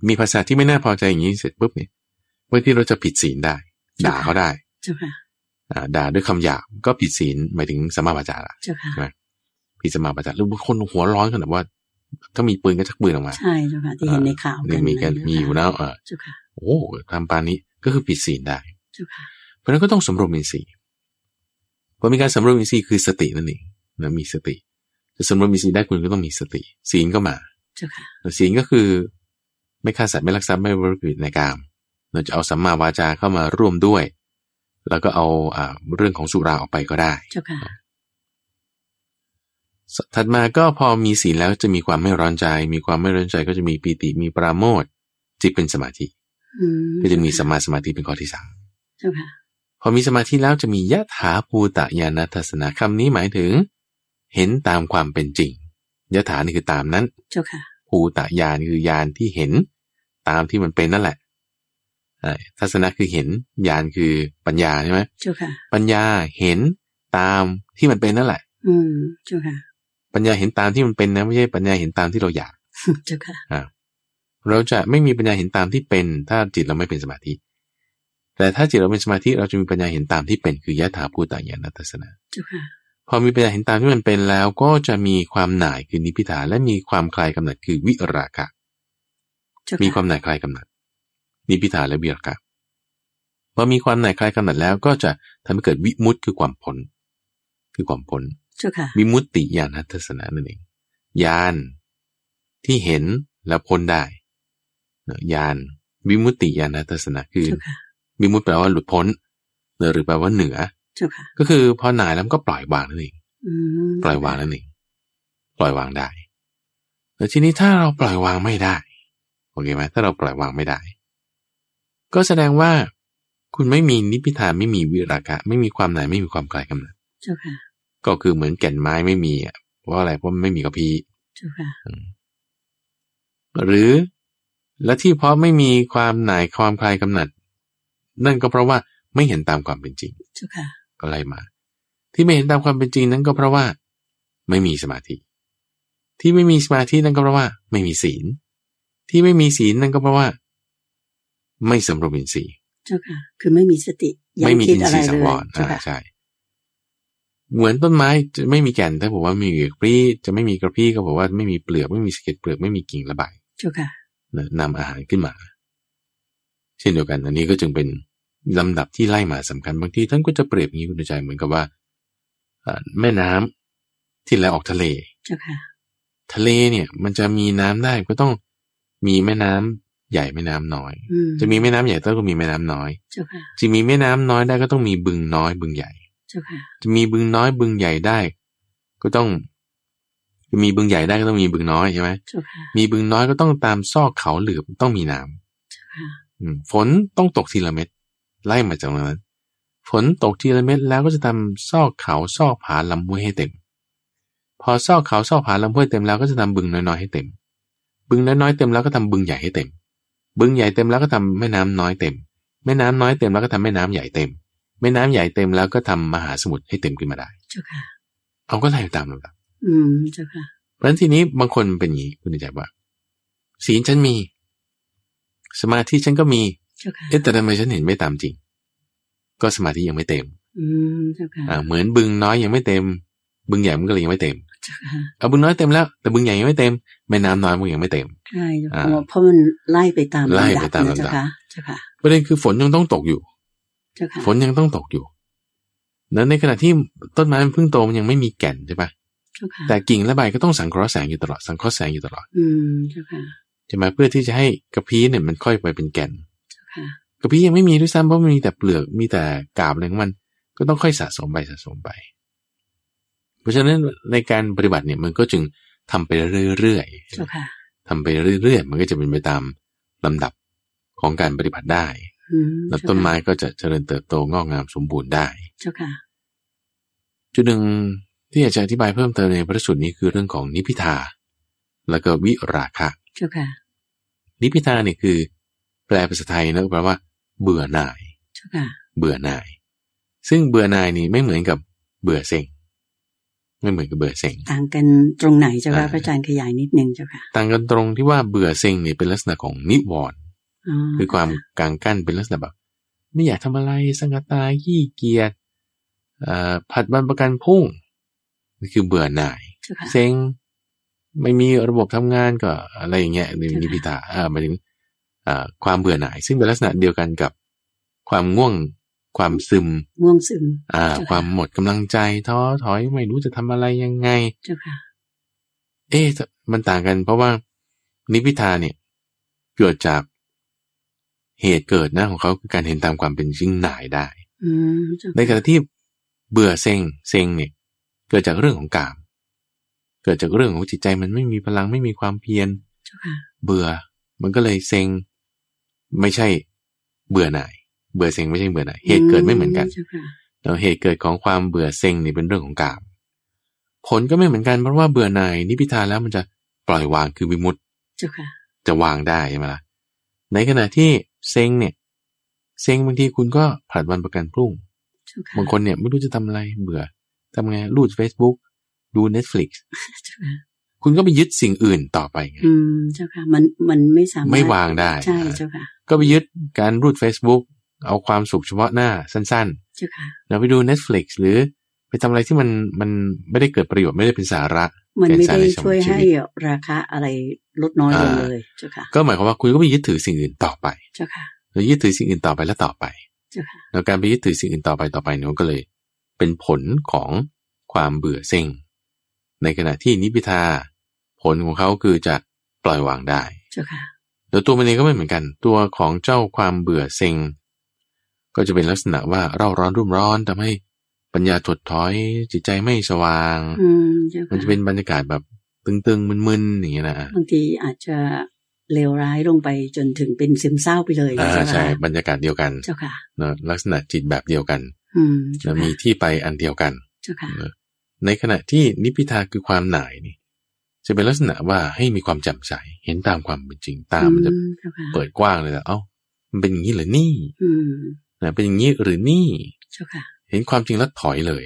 มีภาษาที่ไม่น่าพอใจอย่างนี้เสร็จปุ๊บเนี่ยบางทีเราจะผิดศีลได้ ด่าเขาได้ เจ้าค่ะ อ่าด่าด้วยคำหยาบก็ผิดศีลหมายถึงสมมาปาจาละ เจ้าค่ะ ผิดสมมาปาจาหรือบางคนหัวร้อนขนาดว่า ถ้ามีปืนก็ชักปืนออกมา ใช่เจ้าค่ะ ที่เห็นในข่าวกั นี่ น มีกัน เจ้าค่ะ มีอยู่นะเออ เจ้าค่ะ โอ้ทำปานนี้ก็คือผิดศีลได้ เจ้าค่ะ เพราะฉะนั้นก็ต้องสำรวมอินทรีย์พอมีการสำรวมอินทรีย์คือสตินั่นเองนะมีสติ จะสำรวมอินทรีย์ได้คุณก็ต้องมีสติ ศีลก็มา เจ้าค่ะ ศีลก็คือ ไม่ฆ่าสัตว์ไม่ลักทรัพย์ไม่บริผิดในกามเราจะเอาสัมมาวาจาเข้ามาร่วมด้วย แล้วก็เอาอ่าเรื่องของสุราออกไปก็ได้ เจ้าค่ะ ถัดมาก็พอมีศีลแล้วจะมีความไม่ร้อนใจ มีความไม่ร้อนใจก็จะมีปีติมีปราโมทย์จิตเป็นสมาธิ อืม ก็จะมีสมมาสมาธิเป็นข้อที่สาม เจ้าค่ะ พอมีสมาธิแล้วจะมียะถาภูตะญาณทัศนะคำนี้หมายถึง เห็นตามความเป็นจริงยะถานี่คือตามนั้น เจ้าค่ะ ภูตะญาณคือญาณที่เห็น ตามที่มันเป็นนั่นแหละอ่าทัศนะคือเห็นญาณคือปัญญาใช่ไหม เจ้าค่ะ ปัญญาเห็นตามที่มันเป็นนั่นแหละ อืมเจ้าค่ะ <laughs> ปัญญาเห็นตามที่มันเป็นนะไม่ใช่ปัญญาเห็นตามที่เราอยาก เจ้าค่ะ เราจะไม่มีปัญญาเห็นตามที่เป็น ถ้าจิตเราไม่เป็นสมาธิ แต่ถ้าจิตเราเป็นสมาธิเราจะมีปัญญาเห็นตามที่เป็นคือยะถาภูตายานัตสนะ เจ้าค่ะ พอมีปัญญาเห็นตามที่มันเป็นแล้วก็จะมีความหน่ายคือนิพพิทาและมีความคลายกำหนัดคือวิราคะ เจ้า มี ค่ะ ความหน่ายคลายกำหนัดนิพพิทาและวิราคะพอมีความหน่ายคลายกำหนัดแล้วก็จะทำให้เกิดวิมุตติคือความพ้นคือความพ้น เจ้าค่ะ วิมุตติญาณทัศนะนั่นเองญาณที่เห็นแล้วพ้นได้ญาณวิมุตติญาณทัศนะคือ เจ้าค่ะ วิมุตติแปลว่าหลุดพ้นหรือแปลว่าเหนือ เจ้าค่ะ ก็คือพอหน่ายแล้วมันก็ปล่อยวางนั่นเอง อืม ปล่อยวางนั่นเองปล่อยวางได้แล้วทีนี้ถ้าเราปล่อยวางไม่ได้โอเคไหมถ้าเราปล่อยวางไม่ได้ ก็แสดงว่า คุณไม่มีนิพพิทานไม่มีวิราคะไม่มีความหน่ายไม่มีความคลายกำหนัด เจ้าค่ะ ก็คือเหมือนแก่นไม้ไม่มีอะเพราะอะไรเพราะมันไม่มีกระพี้ เจ้าค่ะ หรือและที่เพราะไม่มีความหน่ายความคลายกำหนัด นั่นก็เพราะว่าไม่เห็นตามความเป็นจริง เจ้าค่ะ ก็ไล่มา ที่ไม่เห็นตามความเป็นจริงนั้นก็เพราะว่า ไม่มีสมาธิ ที่ไม่มีสมาธินั่นก็เพราะว่า ไม่มีศีล ที่ไม่มีศีลนั่นก็เพราะว่า ไม่สำรวมอินทรีย์ เจ้าค่ะ คือไม่มีสติยัง ไม่มี คิด อิน อะ ท ไร รีย์สั เล ง ยว ร เจ้า อ่า ค่ะ ใช่ เหมือนต้นไม้จะไม่มีแก่นถ้าผมว่ามีกระปรี้จะไม่มีกระปรี้ก็บอกว่าไม่มีเปลือกไม่มีสะเก็ดเปลือกไม่มีกิ่งและใบ เจ้าค่ะ นะนำอาหารขึ้นมา เช่นเดียวกัน อันนี้ก็จึงเป็นลำดับที่ไล่มาสำคัญบางทีท่านก็จะเปรียบอย่างนี้คุณใจเหมือนกับว่าอ่าแม่น้ำที่ไหลออกทะเล เจ้าค่ะ ทะเลเนี่ย มันจะมีน้ำได้ก็ต้องมีแม่น้ำใหญ่แม่น้ำน้อย อืม จะมีแม่น้ำใหญ่ต้องก็มีแม่น้ำน้อย เจ้าค่ะ จะมีแม่น้ำน้อยได้ก็ต้องมีบึงน้อยบึงใหญ่ เจ้าค่ะ จะมีบึงน้อยบึงใหญ่ได้ ก็ต้องจะมีบึงใหญ่ได้ก็ต้องมีบึงน้อยใช่ไหม เจ้าค่ะ มีบึงน้อยก็ต้องตามซอกเขาหลืบต้องมีน้ ค่ะ ำอืมฝนต้องตกทีละเม็ดไล่มาจากตรงนั้น ฝนตกทีละเม็ดแล้วก็จะทำซอกเขาซอกผาลำห้วยให้เต็ม พอซอกเขาซอกผาลำห้วยเต็มแล้วก็จะทำบึงน้อยๆให้เต็ม บึงน้อยๆเต็มแล้วก็ทำบึงใหญ่ให้เต็ม บึงใหญ่เต็มแล้วก็ทำแม่น้ำน้อยเต็ม แม่น้ำน้อยเต็มแล้วก็ทำแม่น้ำใหญ่เต็ม แม่น้ำใหญ่เต็มแล้วก็ทำมหาสมุทรให้เต็มขึ้นมาได้ เจ้าค่ะ เอาก็ไล่ตามลำดับ อืม เจ้าค่ะ เพราะฉะนั้นทีนี้บางคนเป็นอย่างนี้คุณใจว่า ศีลฉันมี สมาธิฉันก็มี เจ้าค่ะ เอ๊ะแต่ทำไมฉันเห็นไม่ตามจริง ก็สมาธิยังไม่เต็ม อืม เจ้าค่ะ อ่าเหมือนบึงน้อยยังไม่เต็ม บึงใหญ่มันก็เลยยังไม่เต็ม เจ้าค่ะ เอาบึงน้อยเต็มแล้วแต่บึงใหญ่ยังไม่เต็มแม่น้ำน้อยมันยังไม่เต็ม ใช่เจ้าค่ะ อ่า เพราะมันไล่ไปตาม ไล่ ลำดั ไป บ ตาม นะ ลำดับ เจ้าค่ะ เจ้าค่ะ ประเด็นคือฝนยังต้องตกอยู่ เจ้าค่ะ ฝนยังต้องตกอยู่นั้นในขณะที่ต้นไม้มันเพิ่งโตมันยังไม่มีแก่นใช่ปะ เจ้าค่ะ แต่กิ่งและใบก็ต้องสังเคราะห์แสงอยู่ตลอดสังเคราะห์แสงอยู่ตลอด อืม เจ้าค่ะ ใช่ไหมเพื่อที่จะให้กระพี้เนี่ยมันค่อยไปเป็นแก่น เจ้าค่ะ กระพี้ยังไม่มีด้วยซ้ำเพราะมันมีแต่เปลือกมีแต่กาบอะไรของมัน ก็ต้องค่อยสะสมไปสะสมไป เพราะฉะนั้นในการปฏิบัติเนี่ยมันก็จึงทำไปเรื่อย เจ้าค่ะ ๆทำไปเรื่อยๆ มันก็จะเป็นไปตามลำดับของการปฏิบัติได้ อืม แล้ว เจ้าค่ะ ต้นไม้ก็จะเจริญเติบโตงอกงามสมบูรณ์ได้ เจ้าค่ะ จุดหนึ่งที่อยากจะอธิบายเพิ่มเติมในพระสูตรนี้คือเรื่องของนิพพิทา แล้วก็วิราคะ เจ้าค่ะ นิพพิทาเนี่ยคือ แปลภาษาไทยนะก็แปลว่า เบื่อหน่าย เจ้าค่ะ เบื่อหน่าย ซึ่งเบื่อหน่ายนี่ไม่เหมือนกับเบื่อเซ็ง ไม่เหมือนกับเบื่อเซ็ง ต่างกันตรงไหนเจ้าค่ะ อ่า พระอาจารย์ขยายนิดนึงเจ้าค่ะ ต่างกันตรงที่ว่าเบื่อเซ็งนี่เป็นลักษณะของนิวรณ์ อ๋อ คือความกางกั้นเป็นลักษณะแบบ ไม่อยากทำอะไรสังกตาขี้เกียจเอ่อผัดบันประกันพรุ่งนี่คือเบื่อหน่าย เจ้าค่ะ เซ็งไม่มีระบบทำงานก็อะไรอย่างเงี้ยนี่ ใช่ไหม นิพิตาเออหมายถึงเอ่อความเบื่อหน่าย ซึ่งเป็นลักษณะเดียวกันกับความง่วงความซึม ง่วงซึม อ่า เจ้าค่ะ ความหมดกำลังใจท้อถอยไม่รู้จะทำอะไรยังไง เจ้าค่ะ เอ๊ะแต่มันต่างกัน เพราะว่านิพพิทาเนี่ย เกิดจากเหตุเกิดนะของเขาคือการเห็นตามความเป็นจริงหน่ายได้ อืมเจ้า ในขณะที่เบื่อเซ็งเซ็งเนี่ย เกิดจากเรื่องของกาม เกิดจากเรื่องของจิตใจมันไม่มีพลังไม่มีความเพียร เจ้าค่ะ เบื่อ มันก็เลยเซ็งไม่ใช่เบื่อหน่าย เบื่อเซ็งไม่ใช่เบื่อหน่ายเหตุเกิดไม่เหมือนกัน เจ้าค่ะ แล้วเหตุเกิดของความเบื่อเซ็งนี่เป็นเรื่องของกาม ผลก็ไม่เหมือนกันเพราะว่าเบื่อหน่ายนิพพิทานแล้วมันจะปล่อยวางคือวิมุตติ เจ้าค่ะ จะวางได้ใช่ไหมล่ะในขณะที่เซ็งเนี่ยเซ็งบางทีคุณก็ผลัดวันประกันพรุ่ง เจ้าค่ะ บางคนเนี่ยไม่รู้จะทำอะไรเบื่อทำไงรูด Facebook ดู Netflix เจ้าค่ะ คุณก็ไปยึดสิ่งอื่นต่อไปไง อืมเจ้าค่ะ มันมันไม่สามารถ ไม่วางได้ ใช่เจ้าค่ะ ก็ไปยึดการรูด Facebook เอาความสุขเฉพาะหน้าสั้น เจ้าค่ะ ๆ แล้วไปดู Netflix หรือไปทำอะไรที่มันมันไม่ได้เกิดประโยชน์ไม่ได้เป็นสาระ มันไม่ได้ เป็นสารในสังคม ช่วยให้ ชีวิต ราคาอะไรลดน้อยลง อ่า เลยเจ้าค่ะ ก็หมายความว่าคุณก็ไปยึดถือสิ่งอื่นต่อไป เจ้าค่ะ แล้วยึดถือสิ่งอื่นต่อไปและต่อไป เจ้าค่ะ แล้วการไปยึดถือสิ่งอื่นต่อไปต่อไปเนี่ยมันก็เลยเป็นผลของความเบื่อเซ็ง ในขณะที่นิพพิทาผลของเขาคือจะปล่อยวางได้ เจ้าค่ะ แล้วตัวมันเองก็ไม่เหมือนกัน ตัวของเจ้าความเบื่อเซ็ง ก็จะเป็นลักษณะว่าเร่าร้อนรุ่มร้อนทำให้ปัญญาถดถอย จิตใจไม่สว่าง อืมเจ้า มัน ค่ะ จะเป็นบรรยากาศแบบตึงๆมึนๆอย่างเงี้ยนะ บางทีอาจจะเลวร้ายลงไปจนถึงเป็นซึมเศร้าไปเลย อ่า เจ้า ใช่ ค่ะ บรรยากาศเดียวกัน เจ้าค่ะ เนอะลักษณะจิตแบบเดียวกัน อืม แล้ เจ้าว ค่ะ มีที่ไปอันเดียวกัน เจ้าค่ะ ในขณะที่นิพพิทาคือความหน่ายนี่ จะเป็นลักษณะว่าให้มีความแจำใสเห็นตามความเป็นจริงตามันจะ อืเจ้าค่ะ เปิดกว้างเลยนะเอ้ามันเป็นอย่างนี้เหรือนี่ อืม นะเป็นอย่างนี้หรือนี่ เจ้าค่ะ เห็นความจริงแล้วถอยเลย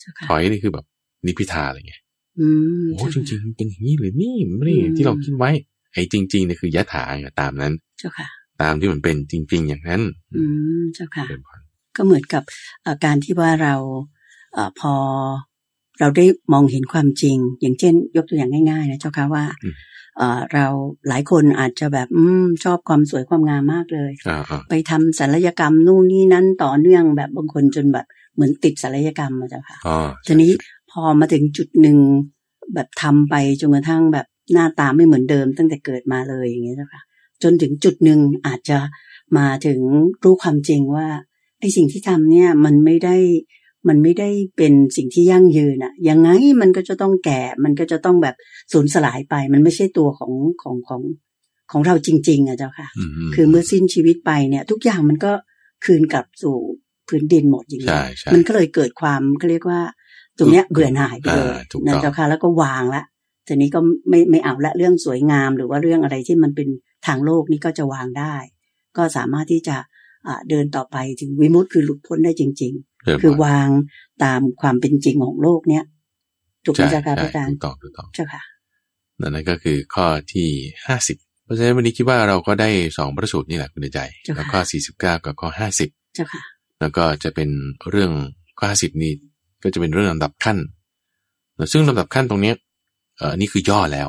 เจ้าค่ะ ถอยนี่คือแบบนิพพิทาอะไรเงี้ย อืม โอ้จ เจ้า ริ ค่ะ งๆเป็นอย่างนี้หรือนี่มันไม่ได้อย่างที่เราคิดไว้ไอ้จริงๆเนี่ยคือยะถาไงตามนั้น เจ้าค่ะ ตามที่มันเป็นจริง ๆ อย่างนั้น อืมเจ้าค่ะ เป็นพร ก็เหมือนกับเอ่อการที่ว่าเราเออพอเราได้มองเห็นความจริง อย่างเช่น ยกตัวอย่างง่ายๆนะเจ้าค่ะว่าเอ่อเราหลายคนอาจจะแบบอืมชอบความสวยความงามมากเลย อ่าอ่า ไปทำศัลยกรรมนู่นนี่นั้นต่อเนื่องแบบบางคนจนแบบเหมือนติดศัลยกรรมมาเจ้าค่ะ อ๋อ ทีนี้พอมาถึงจุดหนึ่งแบบทำไปจนกระทั่งแบบหน้าตาไม่เหมือนเดิมตั้งแต่เกิดมาเลยอย่างเงี้ยนะคะจนถึงจุดหนึ่งอาจจะมาถึงรู้ความจริงว่าไอ้สิ่งที่ทำเนี่ยมันไม่ได้มันไม่ได้เป็นสิ่งที่ยั่งยืนอะยังไงมันก็จะต้องแก่ มันก็จะต้องแบบสูญสลายไป มันไม่ใช่ตัวของของของของเราจริง ๆอะเจ้าค่ะ มม คือเมื่อสิ้นชีวิตไปเนี่ย ทุกอย่างมันก็คืนกลับสู่พื้นดินหมดอย่าง ใช่ เงี้ย ใช่ มันก็เลยเกิดความเขาเรียกว่า ตรงเนี้ยเบื่อหน่ายไปเลย อ่าถูกต้อง นะเจ้าค่ะแล้วก็วางละทีนี้ก็ไม่ไม่เอาละเรื่องสวยงามหรือว่าเรื่องอะไรที่มันเป็นทางโลกนี่ก็จะวางได้ ก็สามารถที่จะอ่าเดินต่อไปถึงวิมุตติคือหลุดพ้นได้จริง เริ่ม ๆ คือ ก่น วางตามความเป็นจริงของโลกเนี้ยถูกไหม ใช่ เจ้าค่ะพใช่ระอาจาร ถู ย์ กต้องถูกต้อง เจ้าค่ะ นั่นก็คือข้อที่ห้าสิบเพราะฉะนั้นวันนี้คิดว่าเราก็ได้สองพระสูตรนี่แหละคุณใจ เจ้าค่ะ แล้วข้อสี่สิบเก้ากับข้อห้าสิบ เจ้าค่ะ แล้วก็จะเป็นเรื่องข้อห้าสิบนี้ก็จะเป็นเรื่องลำดับขั้นนะซึ่งลำดับขั้นตรงเนี้ยเอ่อนี่คือย่อแล้ว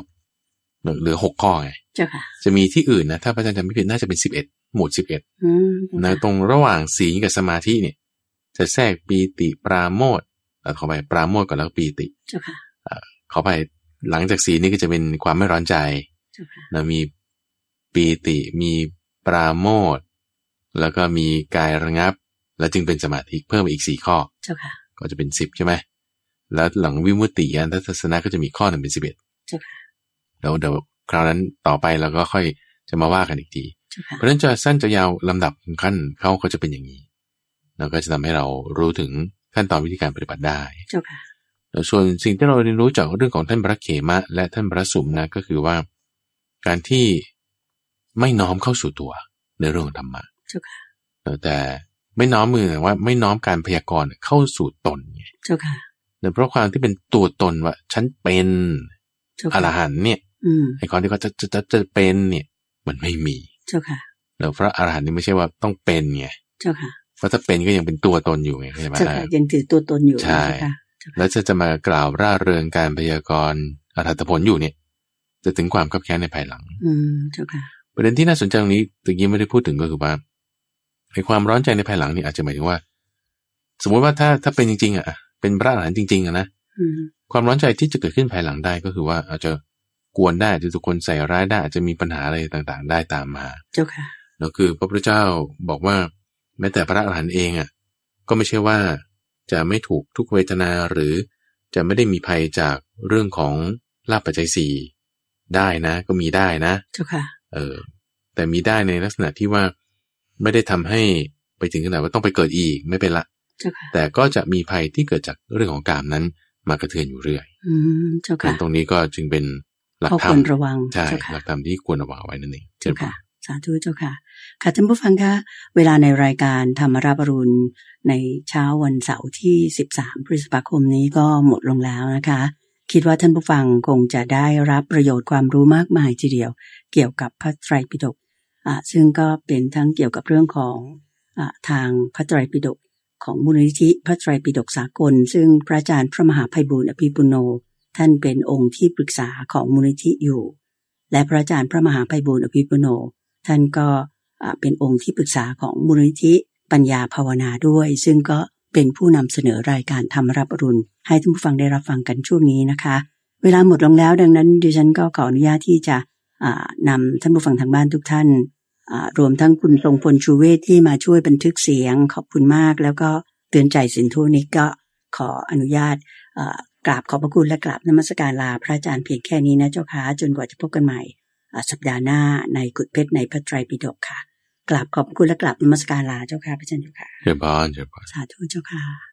เหลือหกข้อไง เจ้าค่ะ จะมีที่อื่นนะถ้าพระอาจารย์จำไม่ผิดน่าจะเป็นสิบเอ็ดหมวดสิบเอ็ด อืม นะตรงระหว่างศีลกับสมาธิเนี่ย จะแทรกปีติปราโมทย์เอ่อขอไปปราโมทย์ก่อนแล้วก็ปีติ เจ้าค่ะ ขอไปหลังจากศีลนี่ก็จะเป็นความไม่ร้อนใจ เจ้าค่ะ นะมีปีติมีปราโมทย์แล้วก็มีกายระงับ แล้วจึงเป็นสมาธิเพิ่มอีกสี่ข้อ เจ้าค่ะ ก็จะเป็นสิบใช่ไหมแล้วหลังวิมุตติยานทัศนะก็จะมีข้อหนึ่งเป็นสิบเอ็ด เจ้าค่ะ เดี๋ยวเดี๋ยวคราวนั้นต่อไปเราก็ค่อยจะมาว่ากันอีกที เจ้าค่ะ เพราะฉะนั้นจะสั้นจะยาวลำดับขั้นเขาก็จะเป็นอย่างนี้แล้วก็จะทำให้เรารู้ถึงขั้นตอนวิธีการปฏิบัติได้ เจ้าค่ะ ส่วนสิ่งที่เราเรียนรู้จากเรื่องของท่านพระเขมะ และท่านพระสุมนะก็คือว่า การที่ไม่น้อมเข้าสู่ตัวในเรื่องของธรรมะ เจ้าค่ะ เออแต่ไม่น้อมมือหมายว่า ไม่น้อมการพยากรณ์เข้าสู่ตนไง เจ้าค่ะ เนื่องเพราะความที่เป็นตัวตนว่าฉันเป็น เจ้า อ ค่ะ รหันต์เนี่ย อืม ไอ้ความที่เขาจะจะจะจะเป็นเนี่ย มันไม่มี เจ้าค่ะ เนื่องเพราะอรหันต์นี่ไม่ใช่ว่าต้องเป็นไง เจ้าค่ะ เพราะถ้าเป็นก็ยังเป็นตัวตนอยู่ไงเข้าใช่ไหม เจ้าค่ะ ยังถือตัวตนอยู่ ใช่ เจ้าค่ะ แล้วจะจะมากล่าวร่าเริงการพยากรณ์อรหัตผลอยู่เนี่ย จะถึงความขับแค้นในภายหลัง อืม เจ้าค่ะ ประเด็นที่น่าสนใจตรงนี้ตะกี้ไม่ได้พูดถึงก็คือว่าไอ้ความร้อนใจในภายหลังนี่อาจจะหมายถึงว่า สมมุติว่าถ้าถ้าเป็นจริงๆอ่ะเป็นพระอรหันต์จริงๆอ่ะนะ อืม ความร้อนใจที่จะเกิดขึ้นภายหลังได้ก็คือว่าอาจจะกวนได้อาจจะถูกคนใส่ร้ายได้อาจจะมีปัญหาอะไรต่างๆ ได้ตามมา เจ้าค่ะ แล้วคือพระพุทธเจ้าบอกว่าแม้แต่พระอรหันต์เองอ่ะก็ไม่ใช่ว่าจะไม่ถูกทุกเวทนาหรือจะไม่ได้มีภัยจากเรื่องของลาภปัจจัยสี่ได้นะ ก็มีได้นะ เจ้าค่ะ เออแต่มีได้ในลักษณะที่ว่าไม่ได้ทำให้ไปถึงขนาดว่าต้องไปเกิดอีกไม่เป็นละ เจ้าค่ะ แต่ก็จะมีภัยที่เกิดจากเรื่องของกามนั้นมากระเทือนอยู่เรื่อย อืม เจ้า ดั ค่ะ งตรงนี้ก็จึงเป็นหลัก ข้อ ธครร ว ม รระวัง ใช่ เจ้าค่ะ หลักธรรมที่ควรระวังไว้นั่นเอง เจ้า เชิญ ค่ะ สาธุเจ้าค่ะ ค่ะท่านผู้ฟังคะ เวลาในรายการธรรมราบรุณในเช้าวันเสาร์ที่ 13 พฤษภาคมนี้ก็หมดลงแล้วนะคะ คิดว่าท่านผู้ฟังคงจะได้รับประโยชน์ความรู้มากมายทีเดียว เกี่ยวกับพระไตรปิฎกอ่าซึ่งก็เป็นทั้งเกี่ยวกับเรื่องของอาทางพระไตรปิฎกของมูลนิธิพระไตรปิฎกสากล ซึ่งพระอาจารย์พระมหาไพบูลย์อภิปุโน ท่านเป็นองค์ที่ปรึกษาของมูลนิธิอยู่ และพระอาจารย์พระมหาไพบูลย์อภิปุโน ท่านก็อ่าเป็นองค์ที่ปรึกษาของมูลนิธิปัญญาภาวนาด้วย ซึ่งก็เป็นผู้นำเสนอรายการธรรมรับอรุณ ให้ท่านผู้ฟังได้รับฟังกันช่วงนี้นะคะ เวลาหมดลงแล้วดังนั้นดิฉันก็ขออนุญาตที่จะอ่านำาท่านผู้ฟังทางบ้านทุกท่านอ่ารวมทั้งคุณทรงพลชูเวทที่มาช่วยบันทึกเสียง ขอบคุณมาก แล้วก็เตือนใจสินทุนี้ก็ขออนุญาตอ่ากราบขอบพระคุณและกราบนมัสการลาพระอาจารย์เพียงแค่นี้นะเจ้าค่ะจนกว่าจะพบกันใหม่ อ่าสัปดาห์หน้าในกุดเพชรในพระไตรปิฎกค่ะ กราบขอบพระคุณและกราบนมัสการลาเจ้าค่ะพระอาจารย์เจ้าค่ะ เชิญพรเชิญพร สาธุเจ้าค่ะ